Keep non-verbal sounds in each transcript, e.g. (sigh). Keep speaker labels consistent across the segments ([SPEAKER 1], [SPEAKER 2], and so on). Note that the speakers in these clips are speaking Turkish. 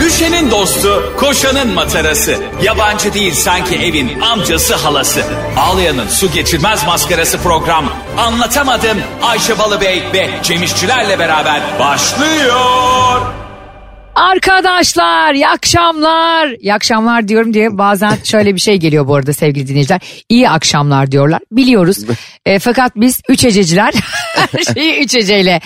[SPEAKER 1] Düşenin dostu, koşanın matarası. Yabancı değil sanki evin amcası halası. Ağlayanın su geçirmez maskarası program. Anlatamadım Ayşe Balıbey ve Cemişçilerle beraber başlıyor.
[SPEAKER 2] Arkadaşlar, iyi akşamlar. İyi akşamlar diyorum diye bazen şöyle bir şey geliyor bu arada sevgili dinleyiciler. İyi akşamlar diyorlar. Biliyoruz. E, fakat biz üç ececiler (laughs) her şeyi üç eceyle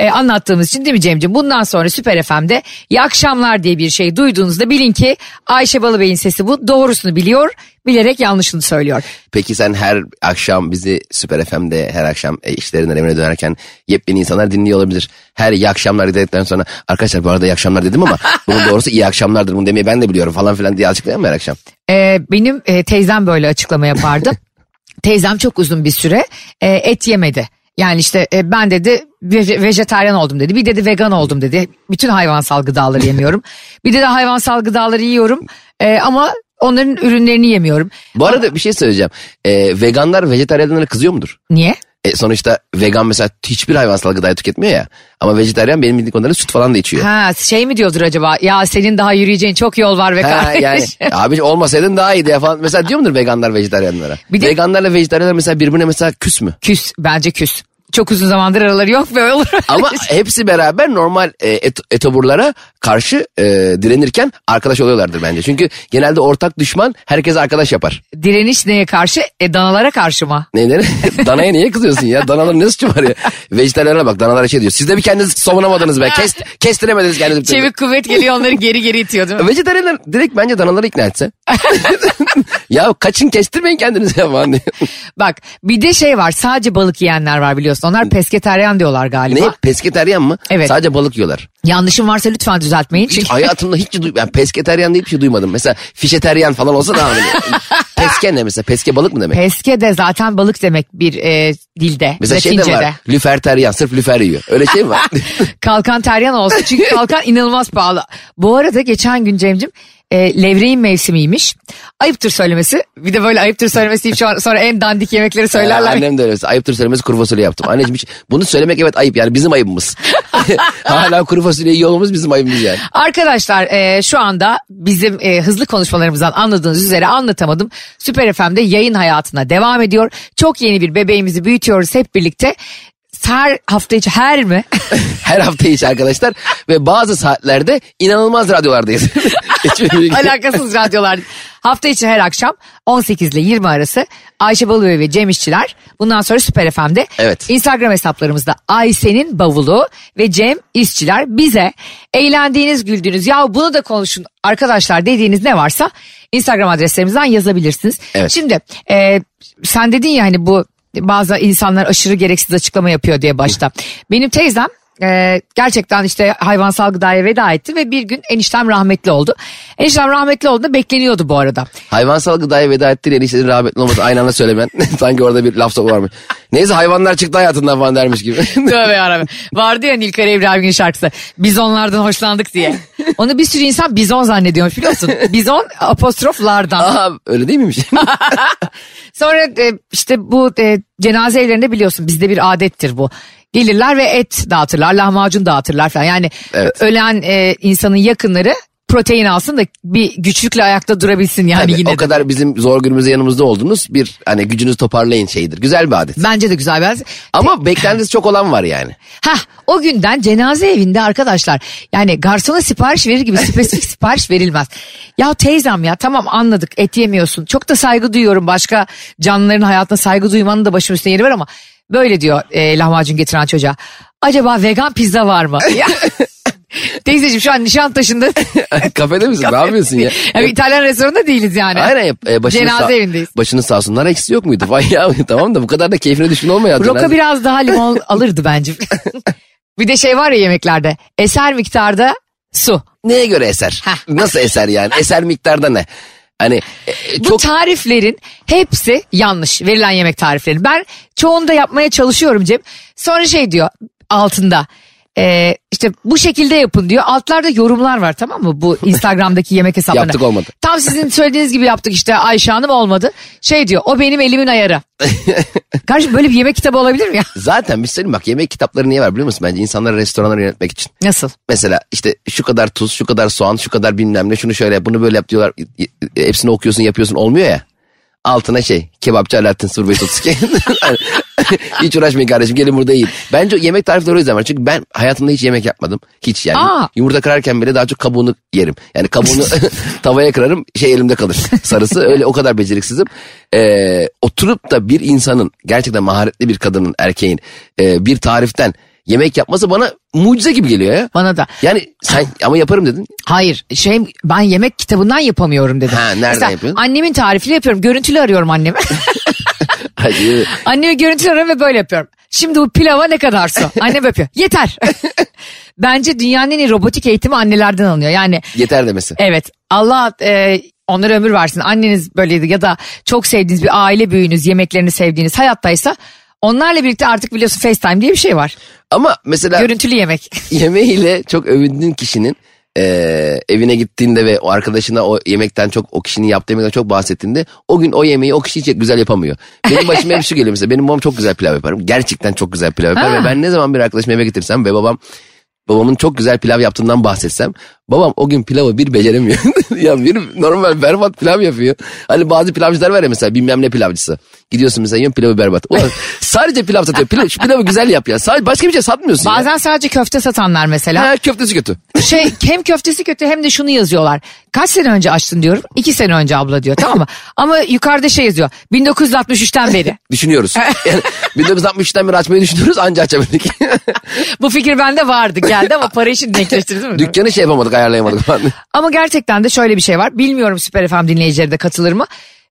[SPEAKER 2] e, anlattığımız için değil mi Cem'ciğim? Bundan sonra Süper FM'de iyi akşamlar diye bir şey duyduğunuzda bilin ki Ayşe Balıbey'in sesi bu. Doğrusunu biliyor, bilerek yanlışını söylüyor.
[SPEAKER 3] Peki sen her akşam bizi Süper FM'de her akşam e, işlerinden evine dönerken yepyeni insanlar dinliyor olabilir. Her iyi akşamlar dedikten sonra arkadaşlar bu arada iyi akşamlar
[SPEAKER 2] (laughs)
[SPEAKER 3] dedim ama bunun doğrusu iyi akşamlardır bunu demeyi ben de biliyorum falan filan diye açıklayan mı her akşam?
[SPEAKER 2] Ee, benim e, teyzem böyle açıklama
[SPEAKER 3] (laughs)
[SPEAKER 2] yapardı. teyzem çok uzun bir süre e, et yemedi. Yani işte e, ben dedi ve- vejetaryen oldum dedi. Bir dedi vegan oldum dedi. Bütün hayvansal gıdaları yemiyorum. bir de de hayvansal gıdaları yiyorum E, ama onların ürünlerini yemiyorum.
[SPEAKER 3] Bu arada bir şey söyleyeceğim. E, veganlar vejetaryenlere kızıyor mudur?
[SPEAKER 2] Niye?
[SPEAKER 3] E, sonuçta vegan mesela hiçbir hayvansal gıdayı tüketmiyor ya. Ama vejetaryen benim bildiğim kadarıyla süt falan da içiyor.
[SPEAKER 2] Ha şey mi diyordur acaba? Ya senin daha yürüyeceğin çok yol var ve
[SPEAKER 3] Ha, yani abi olmasaydın daha iyiydi ya falan. Mesela diyor mudur veganlar vejetaryenlere?
[SPEAKER 2] Bir de-
[SPEAKER 3] Veganlarla vejetaryenler mesela birbirine mesela küs mü?
[SPEAKER 2] (laughs) Küs bence küs. Çok uzun zamandır araları yok ve olur. (laughs)
[SPEAKER 3] Ama hepsi beraber normal e, et- etoburlara karşı e, direnirken arkadaş oluyorlardır bence. Çünkü genelde ortak düşman herkes arkadaş yapar.
[SPEAKER 2] Direniş neye karşı? E danalara karşı mı?
[SPEAKER 3] Neden? (laughs) Danaya niye kızıyorsun ya? Danaların ne suçu var ya? Vejetaryenlere bak danalara şey diyor. Siz de bir kendinizi savunamadınız be. Kes, kestiremediniz kendinizi. bir türlü."
[SPEAKER 2] Çevik kuvvet geliyor onları geri geri itiyor değil mi?
[SPEAKER 3] Vejetaryenler direkt bence danaları ikna
[SPEAKER 2] (laughs)
[SPEAKER 3] etse. ya kaçın kestirmeyin kendinizi ya falan diye.
[SPEAKER 2] Bak bir de şey var sadece balık yiyenler var biliyorsun. Onlar pesketeryan diyorlar galiba.
[SPEAKER 3] Ne? Pesketeryen mi?
[SPEAKER 2] Evet.
[SPEAKER 3] Sadece balık yiyorlar.
[SPEAKER 2] Yanlışım varsa lütfen düzeltmeyin.
[SPEAKER 3] Hiç
[SPEAKER 2] Çünkü
[SPEAKER 3] hayatımda hiç duy yani pesketeryan diye bir şey duymadım. Mesela fişeteryan falan olsa daha önemli. Peske ne mesela? Peske balık mı demek?
[SPEAKER 2] peske de zaten balık demek bir e, dilde.
[SPEAKER 3] Mesela şey de
[SPEAKER 2] Latincede.
[SPEAKER 3] var. Lüferteryan. Sırf lüfer yiyor. Öyle şey mi var?
[SPEAKER 2] (laughs) Kalkan teryan olsun.
[SPEAKER 3] (laughs)
[SPEAKER 2] Çünkü kalkan inanılmaz pahalı. Bu arada geçen gün Cem'cim e, levreğin mevsimiymiş. Ayıptır söylemesi. Bir de böyle ayıptır söylemesi deyip şu an- sonra en dandik yemekleri (laughs) söylerler.
[SPEAKER 3] (laughs) Annem de öyle. mesela, Ayıptır söylemesi kuru fasulye yaptım. Anneciğim hiç bunu söylemek evet ayıp. Yani bizim ayıbımız. (laughs) Hala kuru fasulye yiyor olmamız bizim ayıbımız yani.
[SPEAKER 2] Arkadaşlar e, şu anda bizim e, hızlı konuşmalarımızdan anladığınız üzere anlatamadım. Süper FM'de yayın hayatına devam ediyor. Çok yeni bir bebeğimizi büyütüyoruz hep birlikte. Her hafta içi her mi?
[SPEAKER 3] Her hafta iş arkadaşlar. Ve bazı saatlerde inanılmaz radyolardayız. (laughs) Hiçbir bilgi-
[SPEAKER 2] Alakasız radyolar. Hafta içi her akşam 18 ile 20 arası Ayşe Balıbey ve Cem İşçiler. Bundan sonra Süper FM'de.
[SPEAKER 3] Evet.
[SPEAKER 2] Instagram hesaplarımızda Ayşe'nin bavulu ve Cem İşçiler bize eğlendiğiniz güldüğünüz ya bunu da konuşun arkadaşlar dediğiniz ne varsa Instagram adreslerimizden yazabilirsiniz.
[SPEAKER 3] Evet.
[SPEAKER 2] Şimdi e, sen dedin ya hani bu bazı insanlar aşırı gereksiz açıklama yapıyor diye başta. Benim teyzem e, gerçekten işte hayvansal gıdaya veda etti ve bir gün eniştem rahmetli oldu. Eniştem rahmetli olduğunda bekleniyordu bu arada.
[SPEAKER 3] Hayvansal gıdaya veda ettiğin eniştenin rahmetli olması aynı anda söylemen. (laughs) Sanki orada bir laf soku varmış. Neyse hayvanlar çıktı hayatından falan dermiş gibi.
[SPEAKER 2] Tövbe yarabbim. Vardı ya Nilkara İbrahim'in şarkısı. Biz onlardan hoşlandık diye. Onu bir sürü insan bizon zannediyormuş biliyorsun. Bizon apostroflardan.
[SPEAKER 3] Aa öyle değil miymiş?
[SPEAKER 2] Sonra e, işte bu e, cenaze evlerinde biliyorsun bizde bir adettir bu. Gelirler ve et dağıtırlar, lahmacun dağıtırlar falan. Yani
[SPEAKER 3] Evet.
[SPEAKER 2] ö- ölen e, insanın yakınları protein alsın da bir güçlükle ayakta durabilsin yani
[SPEAKER 3] Tabii,
[SPEAKER 2] yine
[SPEAKER 3] Hani o
[SPEAKER 2] de.
[SPEAKER 3] kadar bizim zor günümüzde yanımızda oldunuz. Bir hani gücünüzü toparlayın şeyidir. Güzel bir adet.
[SPEAKER 2] Bence de güzel bir (laughs)
[SPEAKER 3] Ama beklentisi çok olan var yani.
[SPEAKER 2] Hah o günden cenaze evinde arkadaşlar yani garsona sipariş verir gibi spesifik sipariş verilmez. Ya teyzem ya tamam anladık et yemiyorsun çok da saygı duyuyorum başka canlıların hayatına saygı duymanın da başım üstüne yeri var ama böyle diyor e, lahmacun getiren çocuğa. Acaba vegan pizza var mı? Ya, Teyzeciğim şu an Nişantaşı'nda
[SPEAKER 3] Kafede misin? ne yapıyorsun ya?
[SPEAKER 2] yani İtalyan restoranında değiliz yani.
[SPEAKER 3] (laughs) Aynen yap. E, başını
[SPEAKER 2] Cenaze
[SPEAKER 3] sağ-
[SPEAKER 2] evindeyiz.
[SPEAKER 3] Başını sağ olsun. Nar eksisi yok muydu? Vay ya (laughs) tamam da bu kadar da keyfine düşkün olma ya.
[SPEAKER 2] Roka
[SPEAKER 3] cenaze.
[SPEAKER 2] biraz daha limon alırdı bence. bir de şey var ya yemeklerde eser miktarda su.
[SPEAKER 3] Neye göre eser? Nasıl eser yani? Eser miktarda ne? Hani e, e,
[SPEAKER 2] Bu
[SPEAKER 3] çok
[SPEAKER 2] tariflerin hepsi yanlış. Verilen yemek tarifleri. Ben çoğunda yapmaya çalışıyorum Cem. Sonra şey diyor altında. Ee, işte bu şekilde yapın diyor. Altlarda yorumlar var tamam mı?
[SPEAKER 3] (laughs)
[SPEAKER 2] Bu Instagram'daki yemek hesaplarına.
[SPEAKER 3] Yaptık olmadı.
[SPEAKER 2] Tam
[SPEAKER 3] (laughs)
[SPEAKER 2] sizin söylediğiniz gibi yaptık işte Ayşe Hanım olmadı. Şey diyor o benim elimin
[SPEAKER 3] (laughs)
[SPEAKER 2] ayarı. Kardeşim böyle bir yemek kitabı olabilir mi ya?
[SPEAKER 3] Zaten bir şey söyleyeyim bak yemek kitapları niye var biliyor musun? Bence insanları restoranlara yönetmek için.
[SPEAKER 2] Nasıl?
[SPEAKER 3] Mesela işte şu kadar tuz, şu kadar soğan, şu kadar bilmem ne, şunu şöyle yap, bunu böyle yap diyorlar. E, e, Hepsini okuyorsun, yapıyorsun olmuyor ya. Altına şey, kebapçı Alaaddin Sur Bey Tutski. (laughs) hiç uğraşmayın kardeşim gelin burada yiyin. Bence yemek tarifleri o yüzden var. Çünkü ben hayatımda hiç yemek yapmadım. Hiç yani.
[SPEAKER 2] Aa.
[SPEAKER 3] Yumurta kırarken bile daha çok kabuğunu yerim. Yani kabuğunu (laughs) tavaya kırarım şey elimde kalır. Sarısı öyle o kadar beceriksizim. Ee, oturup da bir insanın gerçekten maharetli bir kadının erkeğin e, bir tariften yemek yapması bana mucize gibi geliyor ya.
[SPEAKER 2] Bana da.
[SPEAKER 3] Yani sen ama yaparım dedin.
[SPEAKER 2] Hayır şey ben yemek kitabından yapamıyorum dedim.
[SPEAKER 3] Ha, nereden
[SPEAKER 2] Mesela
[SPEAKER 3] yapıyorsun?
[SPEAKER 2] Annemin tarifini yapıyorum. Görüntülü arıyorum (laughs) annemi.
[SPEAKER 3] Hadi.
[SPEAKER 2] Annemi görüntülü arıyorum ve böyle yapıyorum. Şimdi bu pilava ne kadar su? Annem yapıyor. Yeter. Bence dünyanın en iyi robotik eğitimi annelerden alınıyor. Yani
[SPEAKER 3] Yeter demesi.
[SPEAKER 2] Evet. Allah e, onlara ömür versin. Anneniz böyleydi ya da çok sevdiğiniz bir aile büyüğünüz, yemeklerini sevdiğiniz hayattaysa onlarla birlikte artık biliyorsun FaceTime diye bir şey var.
[SPEAKER 3] Ama mesela
[SPEAKER 2] Görüntülü yemek.
[SPEAKER 3] (laughs) yemeğiyle çok övündüğün kişinin eee, evine gittiğinde ve o arkadaşına o yemekten çok o kişinin yaptığı yemekten çok bahsettiğinde o gün o yemeği o kişi hiç güzel yapamıyor. Benim başıma hep şu geliyor mesela benim babam çok güzel pilav yapar. Gerçekten çok güzel pilav yapar
[SPEAKER 2] Ha.
[SPEAKER 3] ve ben ne zaman bir arkadaşımı eve getirsem ve babam babamın çok güzel pilav yaptığından bahsetsem babam o gün pilavı bir beceremiyor. (laughs) ya bir normal berbat pilav yapıyor. Hani bazı pilavcılar var ya mesela bilmem ne pilavcısı. Gidiyorsun mesela yiyorsun pilavı berbat.
[SPEAKER 2] (laughs)
[SPEAKER 3] Ulan sadece pilav satıyor. Pilav, şu pilavı güzel yap ya. Sadece başka bir şey satmıyorsun ya.
[SPEAKER 2] Bazen sadece köfte satanlar mesela.
[SPEAKER 3] Ha, köftesi kötü.
[SPEAKER 2] şey hem köftesi kötü hem de şunu yazıyorlar. Kaç sene önce açtın diyorum. İki sene önce abla diyor tamam mı? Ama yukarıda şey yazıyor. 1963'ten beri.
[SPEAKER 3] Düşünüyoruz. Yani 1963'ten beri açmayı düşünüyoruz anca açabildik.
[SPEAKER 2] Bu fikir bende vardı geldi ama para işini denkleştirdin mi?
[SPEAKER 3] Dükkanı şey yapamadık ayarlayamadık falan.
[SPEAKER 2] Ama gerçekten de şöyle bir şey var. Bilmiyorum Süper FM dinleyicileri de katılır mı?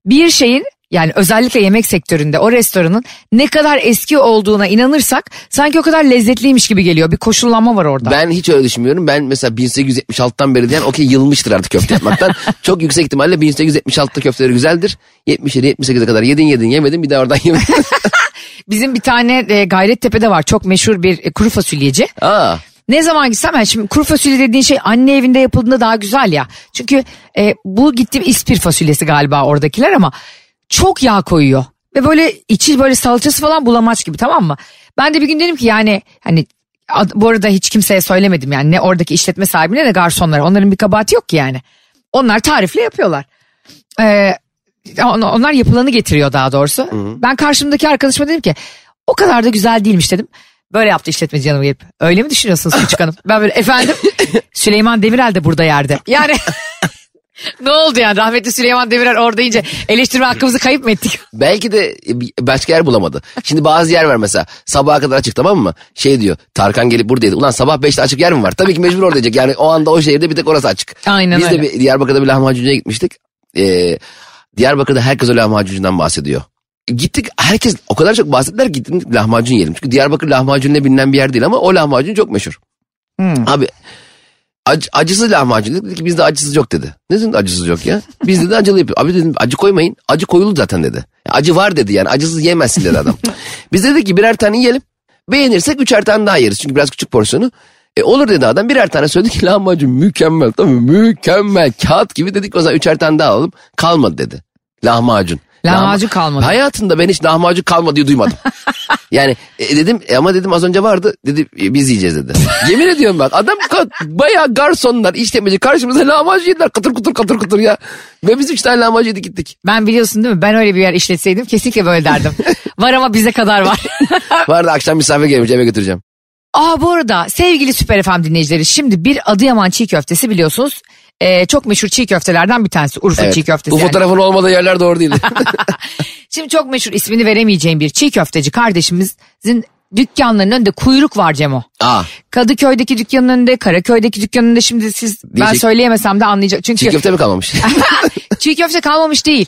[SPEAKER 2] Bir şeyin yani özellikle yemek sektöründe o restoranın ne kadar eski olduğuna inanırsak sanki o kadar lezzetliymiş gibi geliyor. Bir koşullanma var orada.
[SPEAKER 3] Ben hiç öyle düşünmüyorum. Ben mesela 1876'tan beri diyen okey yılmıştır artık köfte yapmaktan. Çok yüksek ihtimalle 1876'da köfteleri güzeldir. 77 78'e kadar yedin yedin yemedin bir daha oradan yemedin.
[SPEAKER 2] Bizim bir tane e, Gayrettepe'de var çok meşhur bir e, kuru fasulyeci.
[SPEAKER 3] Aa,
[SPEAKER 2] Ne zaman gitsem ben şimdi kuru fasulye dediğin şey anne evinde yapıldığında daha güzel ya. Çünkü e, bu gittiğim ispir fasulyesi galiba oradakiler ama çok yağ koyuyor. Ve böyle içi böyle salçası falan bulamaç gibi tamam mı? Ben de bir gün dedim ki yani hani ad- bu arada hiç kimseye söylemedim yani ne oradaki işletme sahibine ne garsonlara. Onların bir kabahati yok ki yani. Onlar tarifle yapıyorlar. Ee, on- onlar yapılanı getiriyor daha doğrusu. Ben karşımdaki arkadaşıma dedim ki o kadar da güzel değilmiş dedim. Böyle yaptı işletmeci yanıma gelip. Öyle mi düşünüyorsunuz küçük hanım? Ben böyle efendim Süleyman Demirel de burada yerde. Yani ne oldu yani rahmetli Süleyman Demirel orada ince eleştirme hakkımızı kayıp mı ettik?
[SPEAKER 3] belki de e, bir- başka yer bulamadı. Şimdi bazı yer var mesela sabaha kadar açık tamam mı? Şey diyor Tarkan gelip buradaydı. Ulan sabah 5'te açık yer mi var? Tabii ki mecbur orada yiyecek. Yani o anda o şehirde bir tek orası açık.
[SPEAKER 2] Aynen
[SPEAKER 3] Biz
[SPEAKER 2] öyle.
[SPEAKER 3] de bir Diyarbakır'da bir lahmacuncuya gitmiştik. Ee, Diyarbakır'da herkes o lahmacuncudan bahsediyor. E, Gittik herkes o kadar çok bahsettiler ki gittim lahmacun yiyelim. Çünkü Diyarbakır lahmacunla bilinen bir yer değil ama o lahmacun çok meşhur. Abi ac- acısız lahmacun dedik. Dedi ki bizde acısız yok dedi. Ne demek acısız yok ya? Biz dedi acılı yapıyor. Abi dedim acı koymayın. Acı koyulur zaten dedi. Acı var dedi yani acısız yemezsin dedi adam. Biz dedik ki birer tane yiyelim. Beğenirsek üçer tane daha yeriz. Çünkü biraz küçük porsiyonu. E olur dedi adam birer tane söyledi ki (laughs) lahmacun mükemmel tabii mükemmel kağıt gibi dedik o zaman üçer tane daha alalım kalmadı dedi lahmacun.
[SPEAKER 2] Lahmacun kalmadı.
[SPEAKER 3] Hayatımda ben hiç lahmacun kalmadı
[SPEAKER 2] (laughs)
[SPEAKER 3] diye duymadım. Yani e, dedim e, ama dedim az önce vardı dedi e, biz yiyeceğiz dedi. Yemin ediyorum bak adam ka- bayağı garsonlar işletmeci karşımıza lahmacun yediler katır kutur katır kutur ya. Ve biz üç tane lahmacun yedik gittik.
[SPEAKER 2] Ben biliyorsun değil mi ben öyle bir yer işletseydim kesinlikle böyle derdim. var ama bize kadar var.
[SPEAKER 3] Vardı akşam misafir gelmiş eve götüreceğim.
[SPEAKER 2] Aa bu arada sevgili Süper FM dinleyicileri şimdi bir Adıyaman çiğ köftesi biliyorsunuz. e, çok meşhur çiğ köftelerden bir tanesi Urfa
[SPEAKER 3] Evet.
[SPEAKER 2] çiğ köftesi.
[SPEAKER 3] Bu
[SPEAKER 2] yani.
[SPEAKER 3] fotoğrafın olmadığı yerler
[SPEAKER 2] (laughs)
[SPEAKER 3] doğru değil.
[SPEAKER 2] Şimdi çok meşhur ismini veremeyeceğim bir çiğ köfteci kardeşimizin dükkanlarının önünde kuyruk var Cemo.
[SPEAKER 3] Aa,
[SPEAKER 2] Kadıköy'deki dükkanın önünde, Karaköy'deki dükkanın önünde şimdi siz ben
[SPEAKER 3] Diyecek-
[SPEAKER 2] söyleyemesem de anlayacak. Çünkü
[SPEAKER 3] çiğ köfte mi kalmamış?
[SPEAKER 2] (laughs) çiğ köfte kalmamış değil.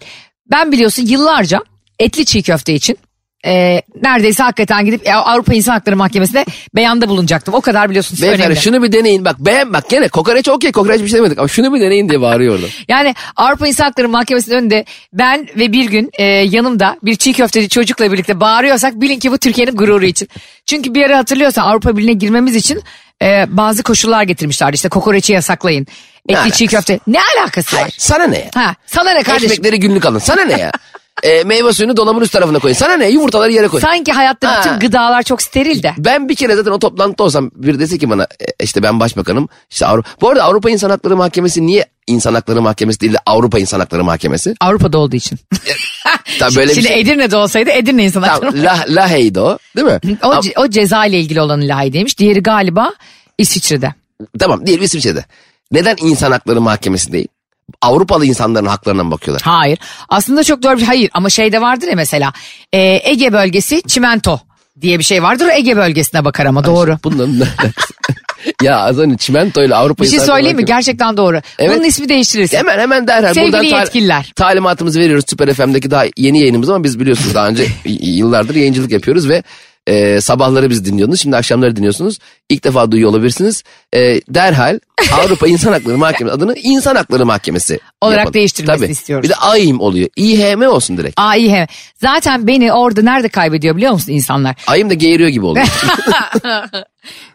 [SPEAKER 2] Ben biliyorsun yıllarca etli çiğ köfte için e, neredeyse hakikaten gidip e, Avrupa İnsan Hakları Mahkemesi'ne beyanda bulunacaktım. O kadar biliyorsunuz
[SPEAKER 3] Beyefendi
[SPEAKER 2] önemli.
[SPEAKER 3] şunu bir deneyin bak beğen bak gene kokoreç okey kokoreç bir şey demedik ama şunu bir deneyin diye bağırıyordu.
[SPEAKER 2] Yani Avrupa İnsan Hakları Mahkemesi'nin önünde ben ve bir gün e, yanımda bir çiğ köfteci çocukla birlikte bağırıyorsak bilin ki bu Türkiye'nin gururu için. Çünkü bir ara hatırlıyorsan Avrupa Birliği'ne girmemiz için e, bazı koşullar getirmişlerdi. İşte kokoreçi yasaklayın. Etli
[SPEAKER 3] alakası?
[SPEAKER 2] çiğ köfte. Ne alakası var?
[SPEAKER 3] Sana ne ya?
[SPEAKER 2] Ha, sana ne kardeşim?
[SPEAKER 3] Ekmekleri günlük alın. Sana
[SPEAKER 2] (laughs)
[SPEAKER 3] ne ya? Ee, meyve suyunu dolabın üst tarafına koyun. Sana ne? Yumurtaları yere koyun.
[SPEAKER 2] Sanki hayatta
[SPEAKER 3] Ha.
[SPEAKER 2] bütün gıdalar çok steril de.
[SPEAKER 3] Ben bir kere zaten o toplantıda olsam bir dese ki bana e, işte ben başbakanım işte Avrupa. Bu arada Avrupa İnsan Hakları Mahkemesi niye İnsan Hakları Mahkemesi değil de Avrupa İnsan Hakları Mahkemesi?
[SPEAKER 2] Avrupa'da olduğu için.
[SPEAKER 3] Tabii böyle bir
[SPEAKER 2] Şimdi
[SPEAKER 3] şey.
[SPEAKER 2] Edirne'de olsaydı Edirne insanı
[SPEAKER 3] Tamam, La, Lahey'de o değil mi?
[SPEAKER 2] (laughs) O,
[SPEAKER 3] Ama-
[SPEAKER 2] ce- o ceza ile ilgili olanı lahideymiş. Diğeri galiba İsviçre'de.
[SPEAKER 3] tamam diyelim İsviçre'de. Neden İnsan Hakları Mahkemesi değil? Avrupalı insanların haklarına mı bakıyorlar?
[SPEAKER 2] Hayır. Aslında çok doğru bir hayır ama şey de vardır ya mesela e, Ege bölgesi çimento diye bir şey vardır. O Ege bölgesine bakar ama doğru.
[SPEAKER 3] Bunların (laughs) ne alakası? ya az önce çimento ile Avrupa
[SPEAKER 2] Bir şey
[SPEAKER 3] İnsan Hakları
[SPEAKER 2] söyleyeyim mi?
[SPEAKER 3] Mahkemesi-
[SPEAKER 2] Gerçekten doğru.
[SPEAKER 3] Evet.
[SPEAKER 2] Bunun ismi değiştirirsin.
[SPEAKER 3] Hemen hemen derhal
[SPEAKER 2] Sevgili
[SPEAKER 3] buradan ta-
[SPEAKER 2] yetkililer.
[SPEAKER 3] talimatımızı veriyoruz Süper FM'deki daha yeni yayınımız ama biz biliyorsunuz daha önce
[SPEAKER 2] (laughs)
[SPEAKER 3] y- yıllardır yayıncılık yapıyoruz ve e, sabahları biz dinliyordunuz şimdi akşamları dinliyorsunuz. İlk defa duyuyor olabilirsiniz. E, derhal Avrupa İnsan Hakları Mahkemesi adını İnsan Hakları Mahkemesi
[SPEAKER 2] Olarak
[SPEAKER 3] yapalım.
[SPEAKER 2] değiştirmesini
[SPEAKER 3] Tabii.
[SPEAKER 2] istiyoruz.
[SPEAKER 3] Bir de AİM oluyor. İHM olsun direkt.
[SPEAKER 2] Aa iyi he. Zaten beni orada nerede kaybediyor biliyor musun insanlar?
[SPEAKER 3] AİM de geğiriyor
[SPEAKER 2] (laughs)
[SPEAKER 3] gibi oluyor.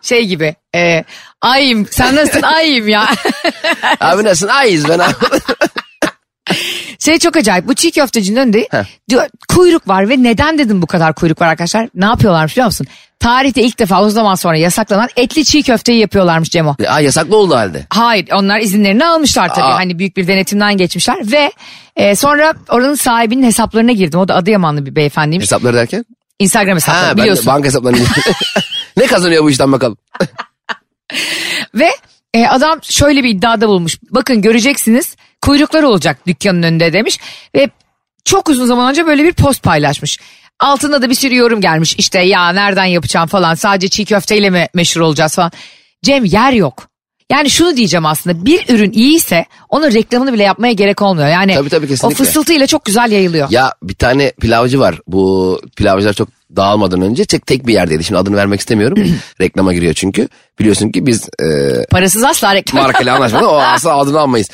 [SPEAKER 2] Şey gibi. E, ayım sen nasılsın ayım ya. (laughs)
[SPEAKER 3] abi nasılsın? Ayız ben (laughs) abi.
[SPEAKER 2] Şey çok acayip bu çiğ köftecinin önünde diyor, kuyruk var ve neden dedim bu kadar kuyruk var arkadaşlar? Ne yapıyorlarmış biliyor musun? Tarihte ilk defa o zaman sonra yasaklanan etli çiğ köfteyi yapıyorlarmış Cemo.
[SPEAKER 3] Aa, yasaklı oldu halde.
[SPEAKER 2] Hayır onlar izinlerini almışlar tabii.
[SPEAKER 3] Aa.
[SPEAKER 2] Hani büyük bir denetimden geçmişler ve e, sonra oranın sahibinin hesaplarına girdim. O da Adıyamanlı bir beyefendiymiş.
[SPEAKER 3] Hesapları derken?
[SPEAKER 2] Instagram hesapları
[SPEAKER 3] Ha, ben de
[SPEAKER 2] biliyorsun.
[SPEAKER 3] banka hesaplarını
[SPEAKER 2] (laughs)
[SPEAKER 3] Ne kazanıyor bu işten bakalım.
[SPEAKER 2] Ve e, adam şöyle bir iddiada bulmuş. Bakın göreceksiniz kuyruklar olacak dükkanın önünde demiş. Ve çok uzun zaman önce böyle bir post paylaşmış. Altında da bir sürü yorum gelmiş. İşte ya nereden yapacağım falan sadece çiğ köfteyle mi meşhur olacağız falan. Cem yer yok. Yani şunu diyeceğim aslında bir ürün iyiyse onun reklamını bile yapmaya gerek olmuyor. Yani
[SPEAKER 3] Tabii, tabii,
[SPEAKER 2] o
[SPEAKER 3] kesinlikle.
[SPEAKER 2] fısıltıyla çok güzel yayılıyor.
[SPEAKER 3] Ya bir tane pilavcı var. Bu pilavcılar çok dağılmadan önce tek, tek bir yerdeydi. Şimdi adını vermek istemiyorum. (clears throat) Reklama giriyor çünkü. Biliyorsun ki biz e,
[SPEAKER 2] Parasız asla reklam.
[SPEAKER 3] markayla anlaşmadan o asla adını almayız.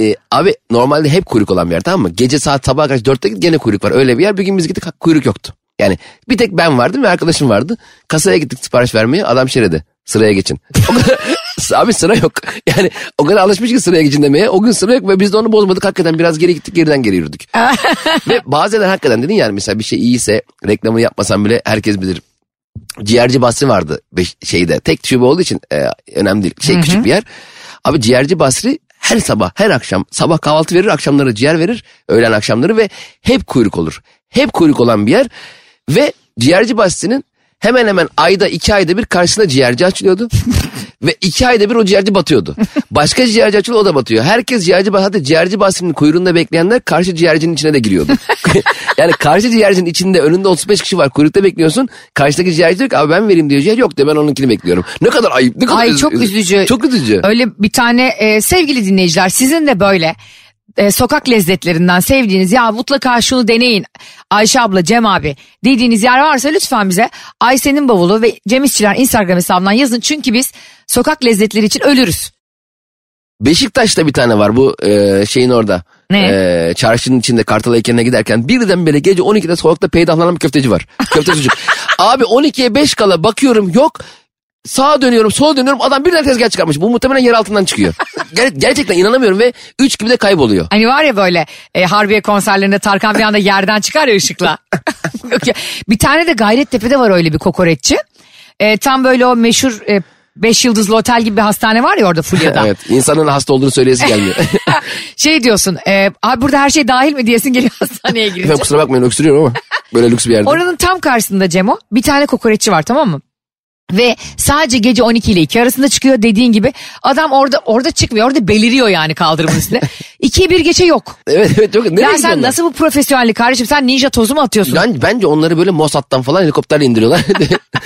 [SPEAKER 3] E, abi normalde hep kuyruk olan bir yer tamam mı? Gece saat sabah kaç dörtte git gene kuyruk var. Öyle bir yer. Bir gün biz gittik kuyruk yoktu. Yani bir tek ben vardım ve arkadaşım vardı. Kasaya gittik sipariş vermeye. Adam şey dedi. Sıraya geçin. (laughs) O kadar- abi sıra yok. (laughs) Yani o kadar alışmış ki sıraya geçin demeye. O gün sıra yok ve biz de onu bozmadık. Hakikaten biraz geri gittik geriden geri yürüdük. Ve bazen hakikaten dedin yani mesela bir şey iyiyse reklamını yapmasan bile herkes bilir. Ciğerci Basri vardı beş- şeyde. Tek şube olduğu için e, önemli değil. Şey küçük bir yer. Abi ciğerci Basri her sabah her akşam sabah kahvaltı verir akşamları ciğer verir öğlen akşamları ve hep kuyruk olur. Hep kuyruk olan bir yer ve ciğerci Basri'nin hemen hemen ayda iki ayda bir karşısına
[SPEAKER 2] (laughs)
[SPEAKER 3] ciğerci açılıyordu. Ve iki ayda bir o ciğerci batıyordu. Başka ciğerci açılıyor o da batıyor. Herkes ciğerci batıyor. Hatta ciğerci basının kuyruğunda bekleyenler karşı ciğercinin içine de giriyordu.
[SPEAKER 2] (laughs)
[SPEAKER 3] yani karşı ciğercinin içinde önünde 35 kişi var kuyrukta bekliyorsun. Karşıdaki ciğerci diyor ki abi ben vereyim diyor ciğer. Yok diyor ben onunkini bekliyorum. Ne kadar ayıp ne kadar
[SPEAKER 2] Ay
[SPEAKER 3] üz-
[SPEAKER 2] çok
[SPEAKER 3] üz-
[SPEAKER 2] üzücü.
[SPEAKER 3] Çok üzücü.
[SPEAKER 2] Öyle bir tane e, sevgili dinleyiciler sizin de böyle e, sokak lezzetlerinden sevdiğiniz ya mutlaka şunu deneyin Ayşe abla Cem abi dediğiniz yer varsa lütfen bize Ayşe'nin bavulu ve Cem İşçiler Instagram hesabından yazın çünkü biz sokak lezzetleri için ölürüz.
[SPEAKER 3] Beşiktaş'ta bir tane var bu e, şeyin orada.
[SPEAKER 2] Ne?
[SPEAKER 3] E, çarşının içinde Kartal heykeline giderken birdenbire gece 12'de sokakta peydahlanan bir
[SPEAKER 2] (laughs)
[SPEAKER 3] köfteci var. Köfte çocuk. Abi 12'ye 5 kala bakıyorum yok. Sağa dönüyorum sola dönüyorum adam birden tezgah çıkarmış. Bu muhtemelen yer
[SPEAKER 2] (laughs)
[SPEAKER 3] altından çıkıyor. Ger- gerçekten inanamıyorum ve 3 gibi de kayboluyor.
[SPEAKER 2] Hani var ya böyle e, Harbiye konserlerinde Tarkan bir anda yerden çıkar ya ışıkla. (laughs) Yok ya. bir tane de Gayrettepe'de var öyle bir kokoreççi. E, tam böyle o meşhur e, beş yıldızlı otel gibi bir hastane var ya orada
[SPEAKER 3] (laughs)
[SPEAKER 2] Fulya'da.
[SPEAKER 3] Evet insanın hasta olduğunu
[SPEAKER 2] (laughs)
[SPEAKER 3] söyleyesi gelmiyor.
[SPEAKER 2] şey diyorsun e, abi burada her şey dahil mi diyesin geliyor (laughs) hastaneye girince.
[SPEAKER 3] Efendim kusura bakmayın öksürüyorum ama böyle lüks bir yerde.
[SPEAKER 2] Oranın tam karşısında Cemo bir tane kokoreççi var tamam mı? Ve sadece gece 12 ile 2 arasında çıkıyor dediğin gibi. Adam orada orada çıkmıyor orada beliriyor yani kaldırımın üstünde.
[SPEAKER 3] (laughs)
[SPEAKER 2] 2'ye 1 geçe yok.
[SPEAKER 3] Evet evet çok. Nereye
[SPEAKER 2] ya sen
[SPEAKER 3] gidiyorlar?
[SPEAKER 2] nasıl bu profesyonellik kardeşim sen ninja tozu mu atıyorsun?
[SPEAKER 3] Ben, bence onları böyle Mossad'dan falan
[SPEAKER 2] (laughs)
[SPEAKER 3] helikopterle indiriyorlar. (laughs)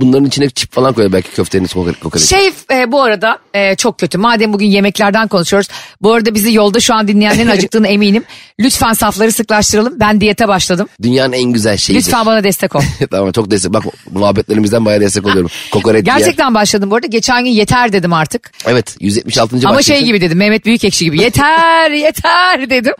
[SPEAKER 3] Bunların içine çip falan koyuyor belki köftenin kokoreç. kokoreç.
[SPEAKER 2] Şey e, bu arada e, çok kötü. Madem bugün yemeklerden konuşuyoruz. Bu arada bizi yolda şu an
[SPEAKER 3] (laughs)
[SPEAKER 2] dinleyenlerin acıktığını eminim. Lütfen safları sıklaştıralım. Ben diyete başladım.
[SPEAKER 3] Dünyanın en güzel şeyidir.
[SPEAKER 2] Lütfen bana destek ol.
[SPEAKER 3] (laughs) tamam çok destek. Bak muhabbetlerimizden bayağı
[SPEAKER 2] (laughs)
[SPEAKER 3] destek oluyorum. Kokoreç diye.
[SPEAKER 2] Gerçekten başladım bu arada. Geçen gün yeter dedim artık.
[SPEAKER 3] Evet 176.
[SPEAKER 2] Ama
[SPEAKER 3] başlık
[SPEAKER 2] şey
[SPEAKER 3] için.
[SPEAKER 2] gibi dedim Mehmet Büyükekşi gibi yeter (laughs) yeter dedim.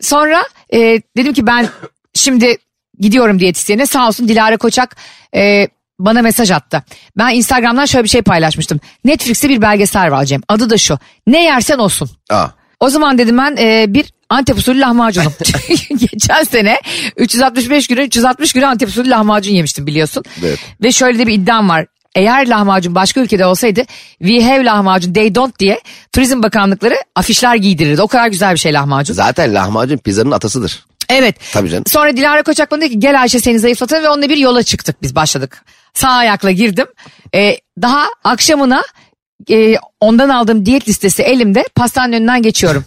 [SPEAKER 2] Sonra e, dedim ki ben şimdi gidiyorum diyetisyene sağ olsun Dilara Koçak e, bana mesaj attı. Ben Instagram'dan şöyle bir şey paylaşmıştım. Netflix'te bir belgesel var Cem. Adı da şu. Ne yersen olsun.
[SPEAKER 3] Aa.
[SPEAKER 2] O zaman dedim ben e, bir Antep usulü lahmacunum. (laughs) Geçen sene 365 günü 360 günü Antep usulü lahmacun yemiştim biliyorsun.
[SPEAKER 3] Evet.
[SPEAKER 2] Ve şöyle de bir iddiam var. Eğer lahmacun başka ülkede olsaydı we have lahmacun they don't diye turizm bakanlıkları afişler giydirirdi. O kadar güzel bir şey lahmacun.
[SPEAKER 3] Zaten lahmacun pizzanın atasıdır.
[SPEAKER 2] Evet.
[SPEAKER 3] Tabii canım.
[SPEAKER 2] Sonra Dilara Koçak bana dedi ki gel Ayşe seni zayıflatalım ve onunla bir yola çıktık biz başladık. Sağ ayakla girdim. Ee, daha akşamına e, ondan aldığım diyet listesi elimde pastanın önünden geçiyorum.